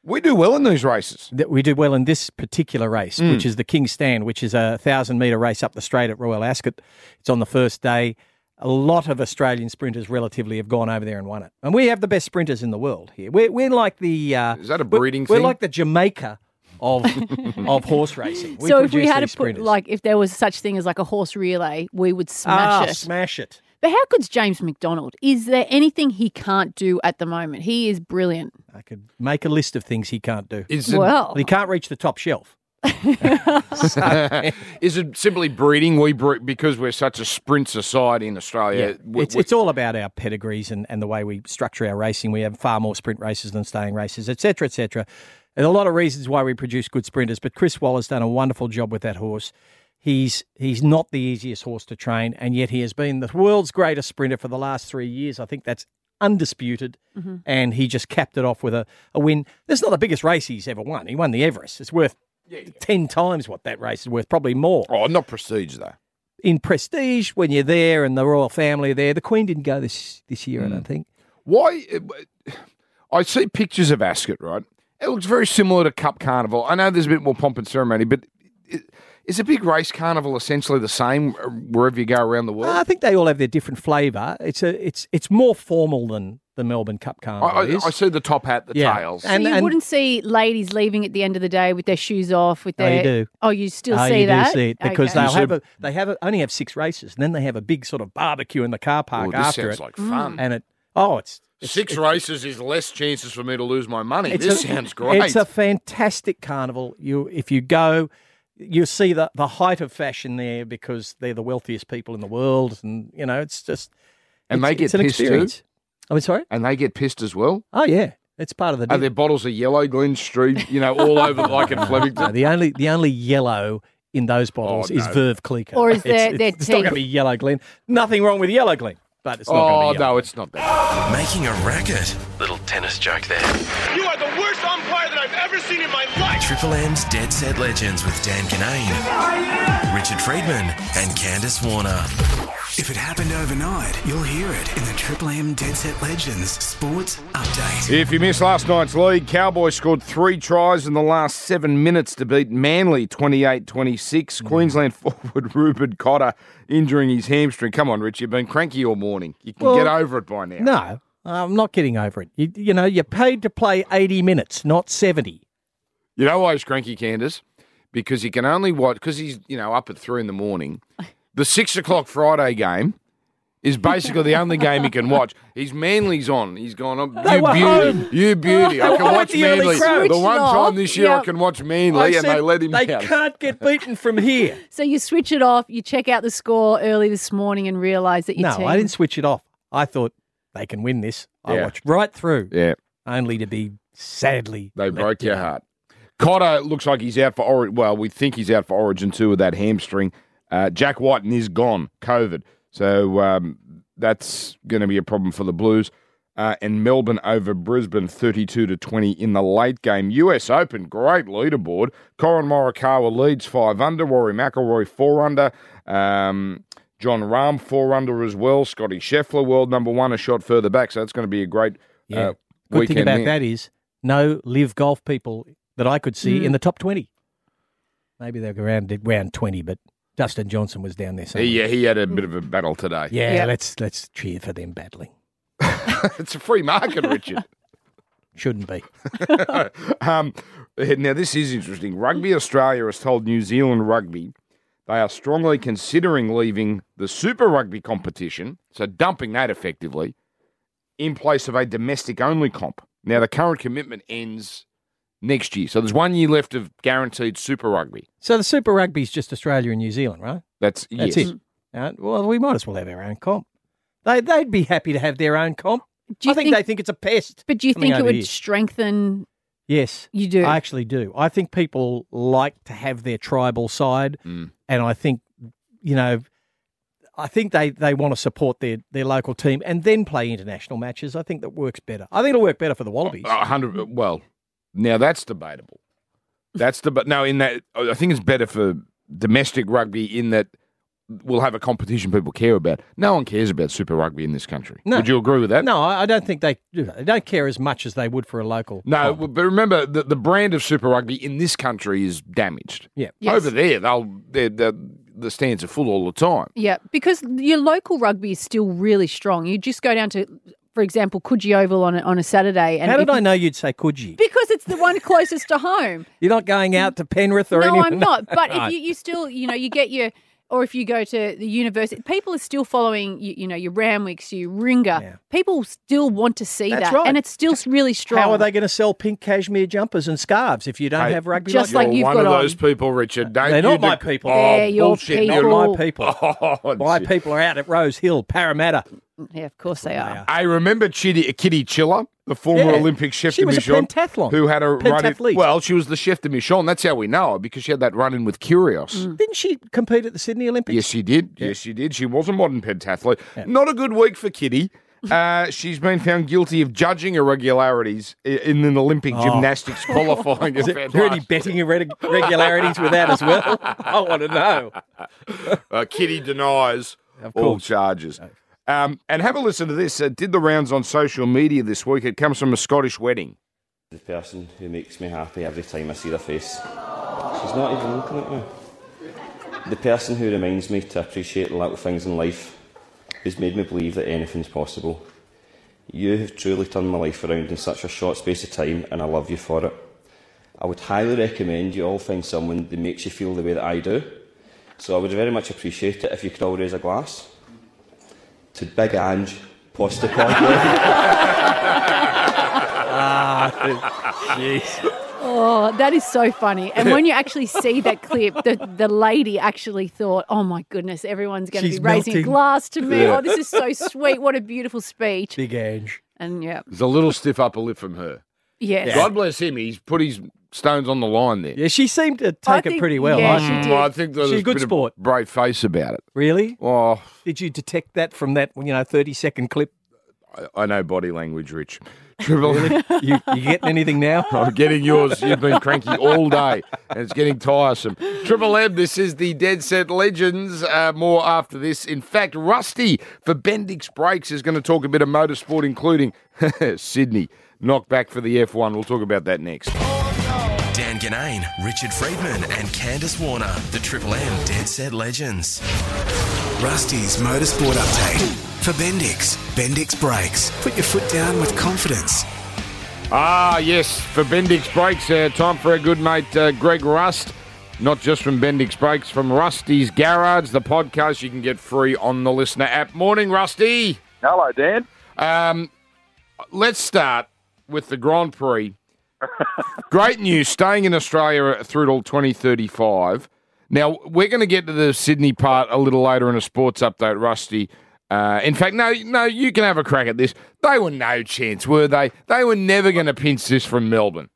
[SPEAKER 6] we do well in these races.
[SPEAKER 8] that we did well in this particular race,
[SPEAKER 6] Mm.
[SPEAKER 8] which is the King Stand, which is a thousand metre race up the straight at Royal Ascot. It's on the first day. A lot of Australian sprinters relatively have gone over there and won it. And we have the best sprinters in the world here. We're, we're like the. Uh,
[SPEAKER 6] Is that a
[SPEAKER 8] we're-
[SPEAKER 6] breeding
[SPEAKER 8] We're
[SPEAKER 6] thing?
[SPEAKER 8] like the Jamaica of of horse racing. We
[SPEAKER 7] so if we
[SPEAKER 8] produce
[SPEAKER 7] had to
[SPEAKER 8] these
[SPEAKER 7] put
[SPEAKER 8] sprinters.
[SPEAKER 7] like if there was such thing as like a horse relay, we would
[SPEAKER 8] ah,
[SPEAKER 7] smash it.
[SPEAKER 8] smash it.
[SPEAKER 7] but how good's James McDonald? Is there anything he can't do at the moment? He is brilliant.
[SPEAKER 8] I could make a list of things he can't do.
[SPEAKER 6] Is it,
[SPEAKER 7] Well,
[SPEAKER 8] he can't reach the top shelf.
[SPEAKER 6] is it simply breeding? We bre- because we're such a sprint society in Australia. we-
[SPEAKER 8] it's,
[SPEAKER 6] we-
[SPEAKER 8] it's all about our pedigrees and, and the way we structure our racing. We have far more sprint races than staying races, et cetera, et cetera. There's a lot of reasons why we produce good sprinters, but Chris Waller's done a wonderful job with that horse. He's he's not the easiest horse to train, and yet he has been the world's greatest sprinter for the last three years. I think that's undisputed, and he just capped it off with a, a win. This is not the biggest race he's ever won. He won the Everest. It's worth ten times what that race is worth, probably more
[SPEAKER 6] oh, not prestige though.
[SPEAKER 8] in prestige when you're there and the royal family are there. The Queen didn't go this this year, I
[SPEAKER 7] Hmm.
[SPEAKER 8] don't think.
[SPEAKER 6] Why? I see pictures of Ascot. Right, it looks very similar to Cup Carnival. I know there's a bit more pomp and ceremony, but. i- Is a big race carnival essentially the same uh, wherever you go around the world?
[SPEAKER 8] I think they all have their different flavour. It's a it's it's more formal than the Melbourne Cup
[SPEAKER 6] I,
[SPEAKER 8] Carnival
[SPEAKER 6] I,
[SPEAKER 8] is.
[SPEAKER 6] I see the top hat, the
[SPEAKER 8] Yeah.
[SPEAKER 6] tails.
[SPEAKER 7] so
[SPEAKER 8] and-
[SPEAKER 7] you
[SPEAKER 8] and-
[SPEAKER 7] wouldn't see ladies leaving at the end of the day with their shoes off. With
[SPEAKER 8] Oh,
[SPEAKER 7] their
[SPEAKER 8] you do.
[SPEAKER 7] oh, you still
[SPEAKER 8] Oh,
[SPEAKER 7] see
[SPEAKER 8] you
[SPEAKER 7] that
[SPEAKER 8] do see it because
[SPEAKER 7] Okay.
[SPEAKER 8] they'll have a, they have a, only have six races, and then they have a big sort of barbecue in the car park
[SPEAKER 6] Oh, this
[SPEAKER 8] after
[SPEAKER 6] sounds
[SPEAKER 8] it.
[SPEAKER 6] like fun.
[SPEAKER 8] and it oh, it's, it's
[SPEAKER 6] Six races is less chances for me to lose my money.
[SPEAKER 8] It's
[SPEAKER 6] This
[SPEAKER 8] a-
[SPEAKER 6] sounds great.
[SPEAKER 8] It's a fantastic carnival. You, if you go, you see the the height of fashion there because they're the wealthiest people in the world, and you know it's just.
[SPEAKER 6] And they
[SPEAKER 8] it's-
[SPEAKER 6] get
[SPEAKER 8] it's an
[SPEAKER 6] pissed too?
[SPEAKER 8] experience. I'm sorry.
[SPEAKER 6] and they get pissed as well.
[SPEAKER 8] Oh yeah, it's part of the
[SPEAKER 6] Are
[SPEAKER 8] deal.
[SPEAKER 6] there bottles of yellow Glen Street, you know, all over like in
[SPEAKER 8] No,
[SPEAKER 6] Flemington?
[SPEAKER 8] the only the only yellow in those bottles
[SPEAKER 6] Oh,
[SPEAKER 8] is
[SPEAKER 6] no.
[SPEAKER 8] Verve Cliquot.
[SPEAKER 7] Or is
[SPEAKER 8] It's-
[SPEAKER 7] there-
[SPEAKER 8] it's,
[SPEAKER 7] their
[SPEAKER 8] it's not going
[SPEAKER 7] teeth?
[SPEAKER 8] to be yellow, Glen. Nothing wrong with yellow, Glen, but it's not
[SPEAKER 6] Oh
[SPEAKER 8] going to be yellow.
[SPEAKER 6] no, it's not that.
[SPEAKER 2] Making a racket. Little tennis joke there.
[SPEAKER 3] You are the worst umpire that I've ever seen in my life.
[SPEAKER 2] Triple M's Dead Set Legends with Dan Ganane, Richard Friedman, and Candace Warner.
[SPEAKER 1] If it happened overnight, you'll hear it in the Triple M Dead Set Legends Sports Update.
[SPEAKER 6] If you missed last night's league, Cowboys scored three tries in the last seven minutes to beat Manly 28 26. Queensland forward Rupert Cotter injuring his hamstring. Come on, Rich, you've been cranky all morning. You can
[SPEAKER 8] Well,
[SPEAKER 6] get over it by now.
[SPEAKER 8] No, I'm not getting over it. You, you know, you're paid to play 80 minutes, not 70.
[SPEAKER 6] You know why he's cranky, Candace? Because he can only watch, because he's, you know, up at three in the morning. The six o'clock Friday game is basically the only game he can watch. He's Manly's on. He's gone, oh,
[SPEAKER 8] They
[SPEAKER 6] you
[SPEAKER 8] were
[SPEAKER 6] beauty.
[SPEAKER 8] home.
[SPEAKER 6] You beauty. I
[SPEAKER 8] I
[SPEAKER 6] can
[SPEAKER 8] went
[SPEAKER 6] watch
[SPEAKER 8] the early
[SPEAKER 6] Manly.
[SPEAKER 8] crowd.
[SPEAKER 6] The one
[SPEAKER 7] Switched it
[SPEAKER 6] time
[SPEAKER 7] off.
[SPEAKER 6] this year I
[SPEAKER 7] Yep.
[SPEAKER 6] can watch Manly,
[SPEAKER 8] I
[SPEAKER 6] and
[SPEAKER 8] said
[SPEAKER 6] they let him
[SPEAKER 8] They
[SPEAKER 6] down.
[SPEAKER 8] can't get beaten from here.
[SPEAKER 7] So you switch it off, you check out the score early this morning and realise that your
[SPEAKER 8] no,
[SPEAKER 7] team...
[SPEAKER 8] I didn't switch it off. I thought they can win this. I
[SPEAKER 6] Yeah.
[SPEAKER 8] watched right through,
[SPEAKER 6] Yeah,
[SPEAKER 8] only to be sadly.
[SPEAKER 6] they
[SPEAKER 8] let
[SPEAKER 6] broke your
[SPEAKER 8] down.
[SPEAKER 6] heart. Cotter looks like he's out for Origin. Well, we think he's out for Origin 2 with that hamstring. Uh, Jack Whiten is gone, COVID. So um, that's going to be a problem for the Blues. Uh, and Melbourne over Brisbane, 32 to 20 in the late game. US Open, great leaderboard. Corin Morikawa leads 5 under. Rory McIlroy 4 under. Um, John Rahm 4 under as well. Scotty Scheffler, world number one, a shot further back. So that's going to be a great
[SPEAKER 8] Yeah.
[SPEAKER 6] uh,
[SPEAKER 8] Good
[SPEAKER 6] weekend
[SPEAKER 8] thing about
[SPEAKER 6] there.
[SPEAKER 8] that is no live golf people that I could see
[SPEAKER 7] Mm.
[SPEAKER 8] in the top 20. Maybe they were around round 20, but Dustin Johnson was down there. somewhere.
[SPEAKER 6] He, yeah, he had a bit of a battle today.
[SPEAKER 8] Yeah,
[SPEAKER 7] Yeah.
[SPEAKER 8] let's let's cheer for them battling.
[SPEAKER 6] it's a free market, Richard.
[SPEAKER 8] Shouldn't be.
[SPEAKER 6] um, now, this is interesting. Rugby Australia has told New Zealand Rugby they are strongly considering leaving the Super Rugby competition, so dumping that effectively, in place of a domestic only comp. Now, the current commitment ends next year. So there's one year left of guaranteed Super Rugby.
[SPEAKER 8] So the Super Rugby's just Australia and New Zealand, right?
[SPEAKER 6] That's,
[SPEAKER 8] That's
[SPEAKER 6] yes.
[SPEAKER 8] it. Uh, well, we might as well have our own comp. They they'd be happy to have their own comp.
[SPEAKER 7] Do you
[SPEAKER 8] I think, they think it's a pest.
[SPEAKER 7] But do you
[SPEAKER 8] coming
[SPEAKER 7] think it
[SPEAKER 8] over
[SPEAKER 7] would
[SPEAKER 8] here.
[SPEAKER 7] strengthen...
[SPEAKER 8] Yes,
[SPEAKER 7] You do.
[SPEAKER 8] I actually do. I think people like to have their tribal side,
[SPEAKER 6] Mm.
[SPEAKER 8] and I think you know, I think they they want to support their their local team and then play international matches. I think that works better. I think it'll work better for the Wallabies.
[SPEAKER 6] A hundred. Well, now that's debatable. That's the but no. In that, I think it's better for domestic rugby in that we'll have a competition people care about. No one cares about Super Rugby in this country.
[SPEAKER 8] No.
[SPEAKER 6] Would you agree with that?
[SPEAKER 8] No, I, I don't think they do that. They don't care as much as they would for a local.
[SPEAKER 6] No,
[SPEAKER 8] comp.
[SPEAKER 6] but remember the, the brand of Super Rugby in this country is damaged.
[SPEAKER 8] Yeah.
[SPEAKER 7] Yes.
[SPEAKER 6] Over there, they'll they're, they're, the stands are full all the time.
[SPEAKER 7] Yeah, because your local rugby is still really strong. You just go down to, for example, Coogee Oval on a, on a Saturday. And
[SPEAKER 8] How did
[SPEAKER 7] if-
[SPEAKER 8] I know you'd say Coogee?
[SPEAKER 7] Because it's the one closest to home.
[SPEAKER 8] You're not going out to Penrith or
[SPEAKER 7] no,
[SPEAKER 8] anything.
[SPEAKER 7] I'm not. But
[SPEAKER 8] Right.
[SPEAKER 7] if you, you still, you know, you get your, or if you go to the university, people are still following, you, you know, your Ramwicks, your Ringer. People still want to see
[SPEAKER 8] That's
[SPEAKER 7] that.
[SPEAKER 8] right.
[SPEAKER 7] And it's still really strong.
[SPEAKER 8] How are they going to sell pink cashmere jumpers and scarves if you don't
[SPEAKER 6] Hey,
[SPEAKER 8] have rugby?
[SPEAKER 7] Just
[SPEAKER 8] like
[SPEAKER 7] like
[SPEAKER 6] You're one
[SPEAKER 7] you've got
[SPEAKER 6] of those
[SPEAKER 7] on.
[SPEAKER 6] people, Richard. Don't
[SPEAKER 8] They're
[SPEAKER 6] you
[SPEAKER 8] not my
[SPEAKER 6] dec-
[SPEAKER 8] people.
[SPEAKER 6] Oh,
[SPEAKER 7] They're your
[SPEAKER 6] bullshit.
[SPEAKER 7] people.
[SPEAKER 8] that?
[SPEAKER 6] You're
[SPEAKER 8] You're
[SPEAKER 7] Cool.
[SPEAKER 8] my people.
[SPEAKER 6] Oh,
[SPEAKER 8] My
[SPEAKER 6] shit.
[SPEAKER 8] people are out at Rose Hill, Parramatta.
[SPEAKER 7] Yeah, of course they are.
[SPEAKER 6] I remember Chitty, Kitty Chiller, the former
[SPEAKER 8] Yeah.
[SPEAKER 6] Olympic chef
[SPEAKER 8] She
[SPEAKER 6] de
[SPEAKER 8] was a
[SPEAKER 6] mission,
[SPEAKER 8] pentathlon.
[SPEAKER 6] who had a run. In,
[SPEAKER 8] Pentathlete.
[SPEAKER 6] well, she was the chef de mission. That's how we know her because she had that run in with Curios.
[SPEAKER 8] Didn't she compete at the Sydney Olympics?
[SPEAKER 6] Yes, she did. Yes, she did. She was a modern pentathlete. Not a good week for Kitty. Uh, she's been found guilty of judging irregularities i- in an Olympic gymnastics qualifying
[SPEAKER 8] Oh. Is
[SPEAKER 6] event.
[SPEAKER 8] it really
[SPEAKER 6] last-
[SPEAKER 8] betting irreg- irregularities with that as well? I want to know.
[SPEAKER 6] Uh, Kitty denies all charges. Um, and have a listen to this. Uh, did the rounds on social media this week. It comes from a Scottish wedding.
[SPEAKER 5] The person who makes me happy every time I see their face. She's not even looking at me. The person who reminds me to appreciate the little things in life, who's made me believe that anything's possible. You have truly turned my life around in such a short space of time, and I love you for it. I would highly recommend you all find someone that makes you feel the way that I do. So I would very much appreciate it if you could all raise a glass to Big Ange Postacoglu.
[SPEAKER 8] Jeez.
[SPEAKER 7] Oh, that is so funny. And when you actually see that clip, the, the lady actually thought, oh my goodness, everyone's going to
[SPEAKER 8] She's
[SPEAKER 7] be raising a
[SPEAKER 8] melting.
[SPEAKER 7] glass to me. Oh, this is so sweet. What a beautiful speech.
[SPEAKER 8] Big Ange.
[SPEAKER 7] And yeah,
[SPEAKER 6] There's a little stiff upper lip from her.
[SPEAKER 7] yes.
[SPEAKER 6] God bless him. He's put his stones on the line there.
[SPEAKER 8] Yeah, she seemed to
[SPEAKER 7] I
[SPEAKER 8] take it
[SPEAKER 7] think-
[SPEAKER 8] pretty well.
[SPEAKER 7] yeah,
[SPEAKER 8] I-
[SPEAKER 7] she did.
[SPEAKER 6] Well, I think that
[SPEAKER 8] She's a
[SPEAKER 6] there's
[SPEAKER 8] good
[SPEAKER 6] bit of
[SPEAKER 8] sport.
[SPEAKER 6] brave face about it.
[SPEAKER 8] Really?
[SPEAKER 6] Oh,
[SPEAKER 8] Did you detect that from that, you know, 30 second clip?
[SPEAKER 6] I- I know body language, Rich. Triple
[SPEAKER 8] you, you getting anything now?
[SPEAKER 6] I'm getting yours. You've been cranky all day, and it's getting tiresome. Triple M, this is the Dead Set Legends. Uh, more after this. In fact, Rusty for Bendix Brakes is going to talk a bit of motorsport, including Sydney knockback for the F1. We'll talk about that next.
[SPEAKER 2] Dan Ganane, Richard Friedman, and Candace Warner, the Triple M Dead Set Legends.
[SPEAKER 1] Rusty's Motorsport Update. For Bendix, Bendix Brakes. Put your foot down with confidence.
[SPEAKER 6] Ah, yes, for Bendix Brakes. Uh, time for our good mate uh, Greg Rust. Not just from Bendix Brakes, from Rusty's Garage, the podcast you can get free on the listener app. Morning, Rusty.
[SPEAKER 10] Hello, Dan.
[SPEAKER 6] Um, let's start with the Grand Prix. Great news, staying in Australia through till 2035. Now, we're going to get to the Sydney part a little later in a sports update, Rusty. Uh, in fact, no, no, you can have a crack at this. They were no chance, were they? They were never going to pinch this from Melbourne.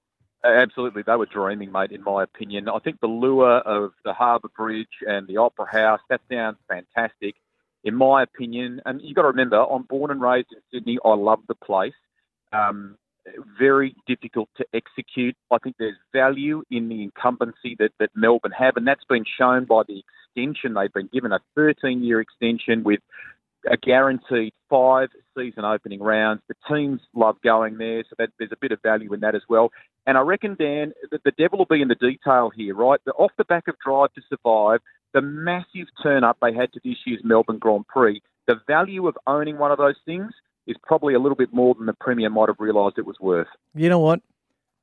[SPEAKER 10] Uh, Absolutely, they were dreaming, mate. In my opinion, I think the lure of the Harbour Bridge and the Opera House that sounds fantastic. In my opinion, and you got to remember, I'm born and raised in Sydney. I love the place. Um, very difficult to execute. I think there's value in the incumbency that, that Melbourne have, and that's been shown by the extension they've been given a 13 year extension with a guaranteed five season opening rounds. The teams love going there, so that, there's a bit of value in that as well. And I reckon, Dan, that the devil will be in the detail here, right? The, off the back of Drive to Survive, the massive turn up they had to this year's Melbourne Grand Prix, the value of owning one of those things is probably a little bit more than the Premier might have realised it was worth.
[SPEAKER 8] You know what?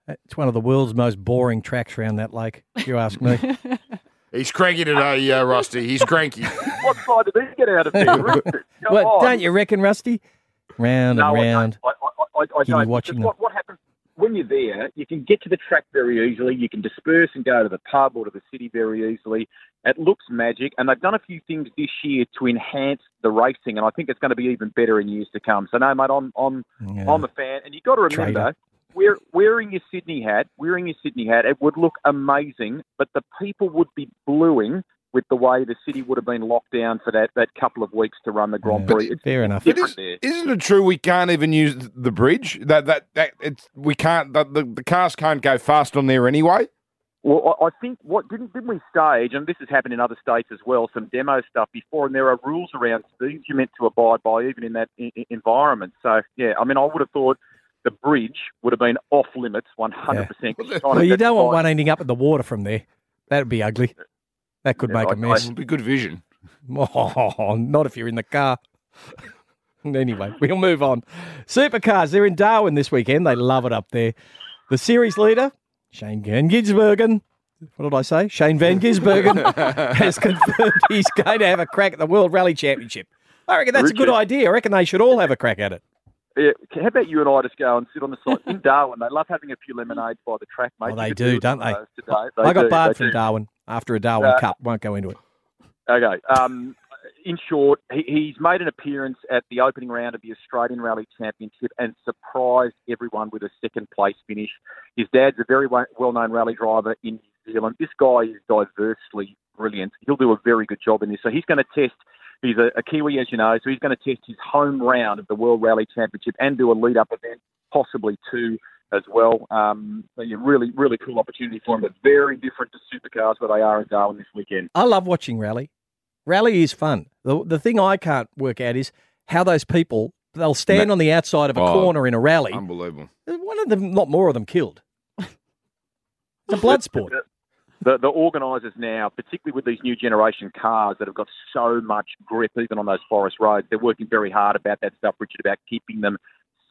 [SPEAKER 8] It's one of the world's most boring tracks around that lake, if you ask me.
[SPEAKER 6] He's cranky today, uh, Rusty. He's cranky.
[SPEAKER 10] What side did he get out of here? Richard? Come
[SPEAKER 8] what,
[SPEAKER 10] on.
[SPEAKER 8] don't you reckon, Rusty? Round
[SPEAKER 10] No,
[SPEAKER 8] and
[SPEAKER 10] I
[SPEAKER 8] round.
[SPEAKER 10] don't. I, I, I, I
[SPEAKER 8] Keep
[SPEAKER 10] don't.
[SPEAKER 8] watching
[SPEAKER 10] Because what, what happens when you're there? You can get to the track very easily. You can disperse and go to the pub or to the city very easily. It looks magic, and they've done a few things this year to enhance the racing, and I think it's going to be even better in years to come. So, no, mate, I'm I'm
[SPEAKER 8] Yeah.
[SPEAKER 10] I'm a fan, and you've got to remember.
[SPEAKER 8] Traitor.
[SPEAKER 10] We're wearing your Sydney hat, wearing your Sydney hat, it would look amazing, but the people would be bluing with the way the city would have been locked down for that, that couple of weeks to run the Grand
[SPEAKER 8] Yeah,
[SPEAKER 10] Prix. It's
[SPEAKER 8] fair enough.
[SPEAKER 10] different
[SPEAKER 6] is,
[SPEAKER 10] there.
[SPEAKER 6] Isn't it true we can't even use the bridge? That that, that it's we can't that, the the cars can't go fast on there anyway.
[SPEAKER 10] Well, I I think what didn't didn't we stage, and this has happened in other states as well, some demo stuff before, and there are rules around speeds you're meant to abide by, even in that i- i- environment. So yeah, I mean, I would have thought the bridge would have been off limits 100. percent
[SPEAKER 8] Well, you don't want one ending up in the water from there. That'd be ugly. That could
[SPEAKER 10] Yeah,
[SPEAKER 8] make a
[SPEAKER 10] I- I-
[SPEAKER 8] mess.
[SPEAKER 6] It'd be good vision.
[SPEAKER 8] Oh, not if you're in the car. anyway, we'll move on. Supercars, they're in Darwin this weekend. They love it up there. The series leader, Shane Van Gisbergen. What did I say? Shane Van Gisbergen has confirmed he's going to have a crack at the World Rally Championship. I reckon that's a good
[SPEAKER 10] Richard.
[SPEAKER 8] idea. I reckon they should all have a crack at it.
[SPEAKER 10] Yeah, how about you and I just go and sit on the side in Darwin? They love having a few lemonades by the track, mate.
[SPEAKER 8] Oh, they
[SPEAKER 10] You could
[SPEAKER 8] do,
[SPEAKER 10] it
[SPEAKER 8] don't
[SPEAKER 10] on
[SPEAKER 8] they?
[SPEAKER 10] those Today. They
[SPEAKER 8] I got
[SPEAKER 10] do,
[SPEAKER 8] barred
[SPEAKER 10] they
[SPEAKER 8] from
[SPEAKER 10] do.
[SPEAKER 8] Darwin after a Darwin
[SPEAKER 10] Uh,
[SPEAKER 8] Cup. Won't go into it.
[SPEAKER 10] Okay. Um, in short, he, he's made an appearance at the opening round of the Australian Rally Championship and surprised everyone with a second place finish. His dad's a very well known rally driver in New Zealand. This guy is diversely brilliant. He'll do a very good job in this. So he's going to test. He's a, a Kiwi, as you know, so he's going to test his home round of the World Rally Championship and do a lead up event, possibly two as well. Um, so, yeah, really, really cool opportunity for him, but very different to supercars where they are in Darwin this weekend.
[SPEAKER 8] I love watching rally. Rally is fun. The the thing I can't work out is how those people they'll stand on the outside of a
[SPEAKER 6] Oh.
[SPEAKER 8] corner in a rally. Uh,
[SPEAKER 6] Unbelievable.
[SPEAKER 8] One of them, not more of them, killed. It's a blood sport.
[SPEAKER 10] the, the organisers now, particularly with these new generation cars that have got so much grip, even on those forest roads, they're working very hard about that stuff, Richard, about keeping them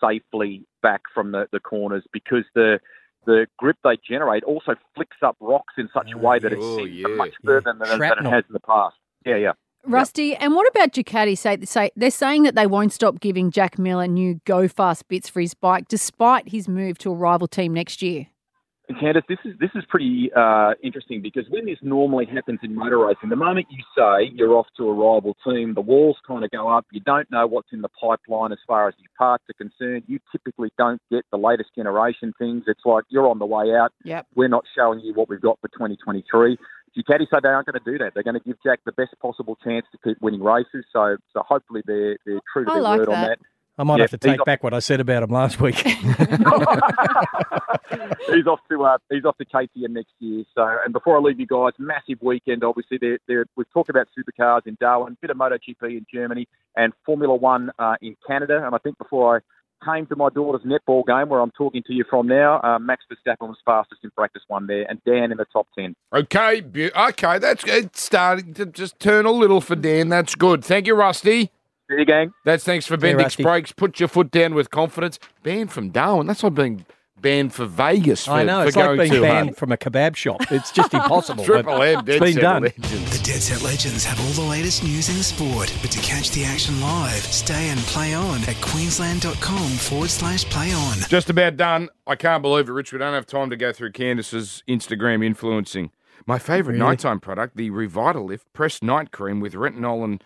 [SPEAKER 10] safely back from the, the corners because the the grip they generate also flicks up rocks in such a way that it
[SPEAKER 6] Oh,
[SPEAKER 10] sinks
[SPEAKER 6] yeah.
[SPEAKER 10] them much further than, than it
[SPEAKER 8] Shrapnel.
[SPEAKER 10] has in the past. Yeah, yeah.
[SPEAKER 7] Rusty, and what about Ducati? Say, say they're saying that they won't stop giving Jack Miller new go fast bits for his bike, despite his move to a rival team next year.
[SPEAKER 10] And Candace, this is this is pretty uh, interesting because when this normally happens in motor racing, the moment you say you're off to a rival team, the walls kind of go up. You don't know what's in the pipeline as far as your parts are concerned. You typically don't get the latest generation things. It's like you're on the way out.
[SPEAKER 7] Yep.
[SPEAKER 10] We're not showing you what we've got for 2023. Ducati say they aren't going to do that. They're going to give Jack the best possible chance to keep winning races. So, so hopefully they're they're true to
[SPEAKER 7] I
[SPEAKER 10] their
[SPEAKER 7] like
[SPEAKER 10] word on that.
[SPEAKER 7] that.
[SPEAKER 8] I might
[SPEAKER 10] Yeah,
[SPEAKER 8] have to
[SPEAKER 10] he's
[SPEAKER 8] take
[SPEAKER 10] off-
[SPEAKER 8] back what I said about him last week.
[SPEAKER 10] he's off to uh, he's off to KTM next year. So, and before I leave you guys, massive weekend. Obviously, there, there we've talked about supercars in Darwin, bit of MotoGP in Germany, and Formula One uh, in Canada. And I think before I came to my daughter's netball game, where I'm talking to you from now, uh, Max Verstappen was fastest in practice one there, and Dan in the top ten.
[SPEAKER 6] Okay, bu- okay, that's it's starting to just turn a little for Dan. That's good. Thank you, Rusty.
[SPEAKER 10] See you, gang.
[SPEAKER 6] That's thanks for
[SPEAKER 8] Yeah,
[SPEAKER 6] Bendix
[SPEAKER 8] Rusty.
[SPEAKER 6] breaks. Put your foot down with confidence. Banned from Darwin. That's like being banned for Vegas. For,
[SPEAKER 8] I know
[SPEAKER 6] for
[SPEAKER 8] it's like
[SPEAKER 6] going
[SPEAKER 8] being
[SPEAKER 6] too
[SPEAKER 8] banned
[SPEAKER 6] hard.
[SPEAKER 8] from a kebab shop. It's just impossible.
[SPEAKER 6] Triple
[SPEAKER 8] but
[SPEAKER 6] M. Dead
[SPEAKER 8] it's been
[SPEAKER 6] Set
[SPEAKER 8] done.
[SPEAKER 6] Legends.
[SPEAKER 1] The Dead Set Legends have all the latest news in sport, but to catch the action live, stay and play on at queensland.com forward slash play on.
[SPEAKER 6] Just about done. I can't believe it, Rich. We don't have time to go through Candace's Instagram influencing. My favourite nighttime product, the Revitalift Pressed Night Cream with retinol and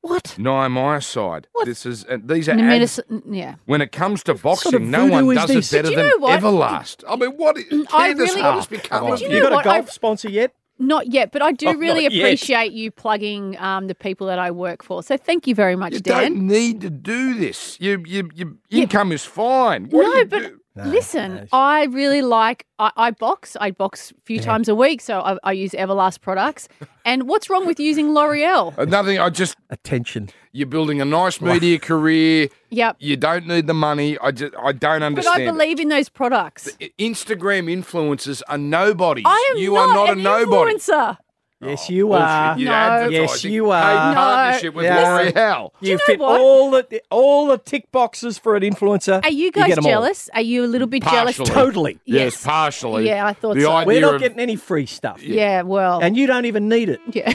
[SPEAKER 7] What?
[SPEAKER 8] Mm,
[SPEAKER 6] niamicide. This is uh, these are
[SPEAKER 7] The
[SPEAKER 6] ads-
[SPEAKER 7] medicine, yeah.
[SPEAKER 6] When it comes to boxing,
[SPEAKER 8] of
[SPEAKER 6] no
[SPEAKER 8] voodoo
[SPEAKER 6] one
[SPEAKER 8] is
[SPEAKER 6] does
[SPEAKER 8] this?
[SPEAKER 6] it better
[SPEAKER 7] Do you
[SPEAKER 6] than
[SPEAKER 7] know what? Mm,
[SPEAKER 6] Everlast. I mean, what?
[SPEAKER 7] I
[SPEAKER 6] Candace,
[SPEAKER 7] really-
[SPEAKER 6] what has become of
[SPEAKER 7] Do you
[SPEAKER 6] you?
[SPEAKER 7] know
[SPEAKER 8] you got
[SPEAKER 7] what?
[SPEAKER 8] a golf
[SPEAKER 7] I-
[SPEAKER 8] sponsor yet?
[SPEAKER 7] Not yet, but I do
[SPEAKER 8] Oh,
[SPEAKER 7] really
[SPEAKER 8] not yet.
[SPEAKER 7] appreciate you plugging um, the people that I work for. So thank you very much,
[SPEAKER 6] You
[SPEAKER 7] Dan.
[SPEAKER 6] don't need to do this. You, you, your income is fine. What do
[SPEAKER 7] no,
[SPEAKER 6] you
[SPEAKER 7] but
[SPEAKER 6] do?
[SPEAKER 7] listen, I really like I, I box. I box a few times a week, so I, I use Everlast products. And what's wrong with using L'Oreal?
[SPEAKER 6] Uh, Nothing. I just
[SPEAKER 8] Attention.
[SPEAKER 6] you're building a nice media career.
[SPEAKER 7] Yep.
[SPEAKER 6] You don't need the money. I just I don't
[SPEAKER 7] But I
[SPEAKER 6] understand. it.
[SPEAKER 7] believe in those products.
[SPEAKER 6] Instagram influencers are nobodies.
[SPEAKER 7] I am
[SPEAKER 6] you
[SPEAKER 7] not,
[SPEAKER 6] are not
[SPEAKER 7] an
[SPEAKER 6] a nobody.
[SPEAKER 7] influencer.
[SPEAKER 8] Yes, you
[SPEAKER 6] Oh, Bullshit.
[SPEAKER 8] are.
[SPEAKER 6] You're
[SPEAKER 7] No.
[SPEAKER 6] advertising
[SPEAKER 8] Yes, you
[SPEAKER 6] paid
[SPEAKER 8] are.
[SPEAKER 7] No.
[SPEAKER 6] partnership with
[SPEAKER 8] Yeah.
[SPEAKER 6] L'Oreal.
[SPEAKER 8] You,
[SPEAKER 7] know
[SPEAKER 8] fit
[SPEAKER 7] what?
[SPEAKER 8] all the all the tick boxes for an influencer.
[SPEAKER 7] Are you guys
[SPEAKER 8] get 'em all.
[SPEAKER 7] jealous? Are you a little bit jealous?
[SPEAKER 6] Partially.
[SPEAKER 8] Totally.
[SPEAKER 6] Yes,
[SPEAKER 7] Yes.
[SPEAKER 6] partially.
[SPEAKER 7] Yeah, I thought
[SPEAKER 6] the
[SPEAKER 7] so.
[SPEAKER 8] We're
[SPEAKER 6] Idea
[SPEAKER 8] not
[SPEAKER 6] of,
[SPEAKER 8] getting any free stuff,
[SPEAKER 7] Yeah, well,
[SPEAKER 8] and you don't even need it.
[SPEAKER 7] yeah.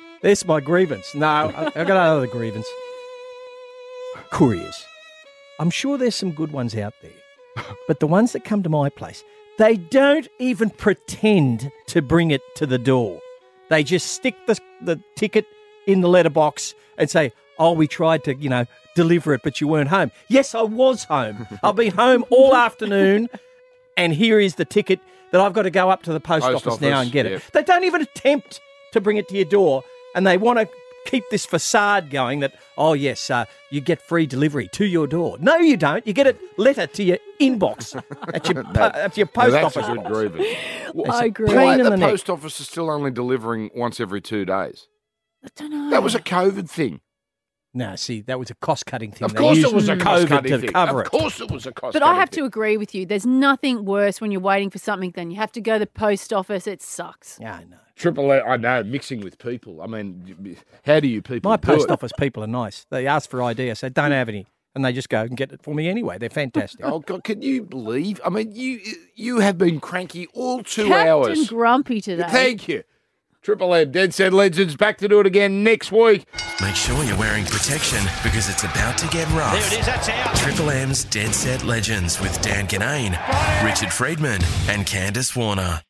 [SPEAKER 8] That's my grievance. No, I- I've got another grievance. Couriers. I'm sure there's some good ones out there, but the ones that come to my place, they don't even pretend to bring it to the door. They just stick the, the ticket in the letterbox and say, Oh, we tried to, you know, deliver it, but you weren't home. Yes, I was home. I've been home all afternoon, and here is the ticket that I've got to go up to the post,
[SPEAKER 6] Post
[SPEAKER 8] office, now
[SPEAKER 6] office,
[SPEAKER 8] and get it.
[SPEAKER 6] yep.
[SPEAKER 8] They don't even attempt to bring it to your door, and they want to keep this facade going that, oh, yes, uh, you get free delivery to your door. No, you don't. You get a letter to your inbox at your, po- at your
[SPEAKER 6] Now,
[SPEAKER 8] post
[SPEAKER 6] that's
[SPEAKER 8] office.
[SPEAKER 6] a good
[SPEAKER 8] box.
[SPEAKER 6] grievance.
[SPEAKER 7] I agree.
[SPEAKER 8] Pain
[SPEAKER 6] Why
[SPEAKER 8] in
[SPEAKER 6] the,
[SPEAKER 8] the neck.
[SPEAKER 6] post office is still only delivering once every two days.
[SPEAKER 7] I don't know.
[SPEAKER 6] That was a COVID thing.
[SPEAKER 8] No, see, that was a cost cutting thing.
[SPEAKER 6] Of
[SPEAKER 8] They
[SPEAKER 6] course,
[SPEAKER 8] used
[SPEAKER 6] it was a
[SPEAKER 8] COVID
[SPEAKER 6] cost cutting
[SPEAKER 8] to
[SPEAKER 6] thing.
[SPEAKER 8] cover
[SPEAKER 6] Of
[SPEAKER 8] it.
[SPEAKER 6] course, it was a cost.
[SPEAKER 7] But I have to agree with you. There's nothing worse when you're waiting for something than you have to go to the post office. It sucks.
[SPEAKER 8] Yeah, I know.
[SPEAKER 6] triple. A, I know mixing with people. I mean, how do you people?
[SPEAKER 8] My
[SPEAKER 6] do
[SPEAKER 8] post
[SPEAKER 6] it?
[SPEAKER 8] office people are nice. They ask for ID. I say, don't have any. And they just go and get it for me anyway. They're fantastic.
[SPEAKER 6] Oh God! Can you believe? I mean, you you have been cranky all two
[SPEAKER 7] Captain
[SPEAKER 6] hours.
[SPEAKER 7] Grumpy today.
[SPEAKER 6] Thank you. Triple M, Dead Set Legends, back to do it again next week.
[SPEAKER 2] Make sure you're wearing protection because it's about to get rough. There it is, that's out. Triple M's Dead Set Legends with Dan Ganane, Richard Friedman, and Candace Warner.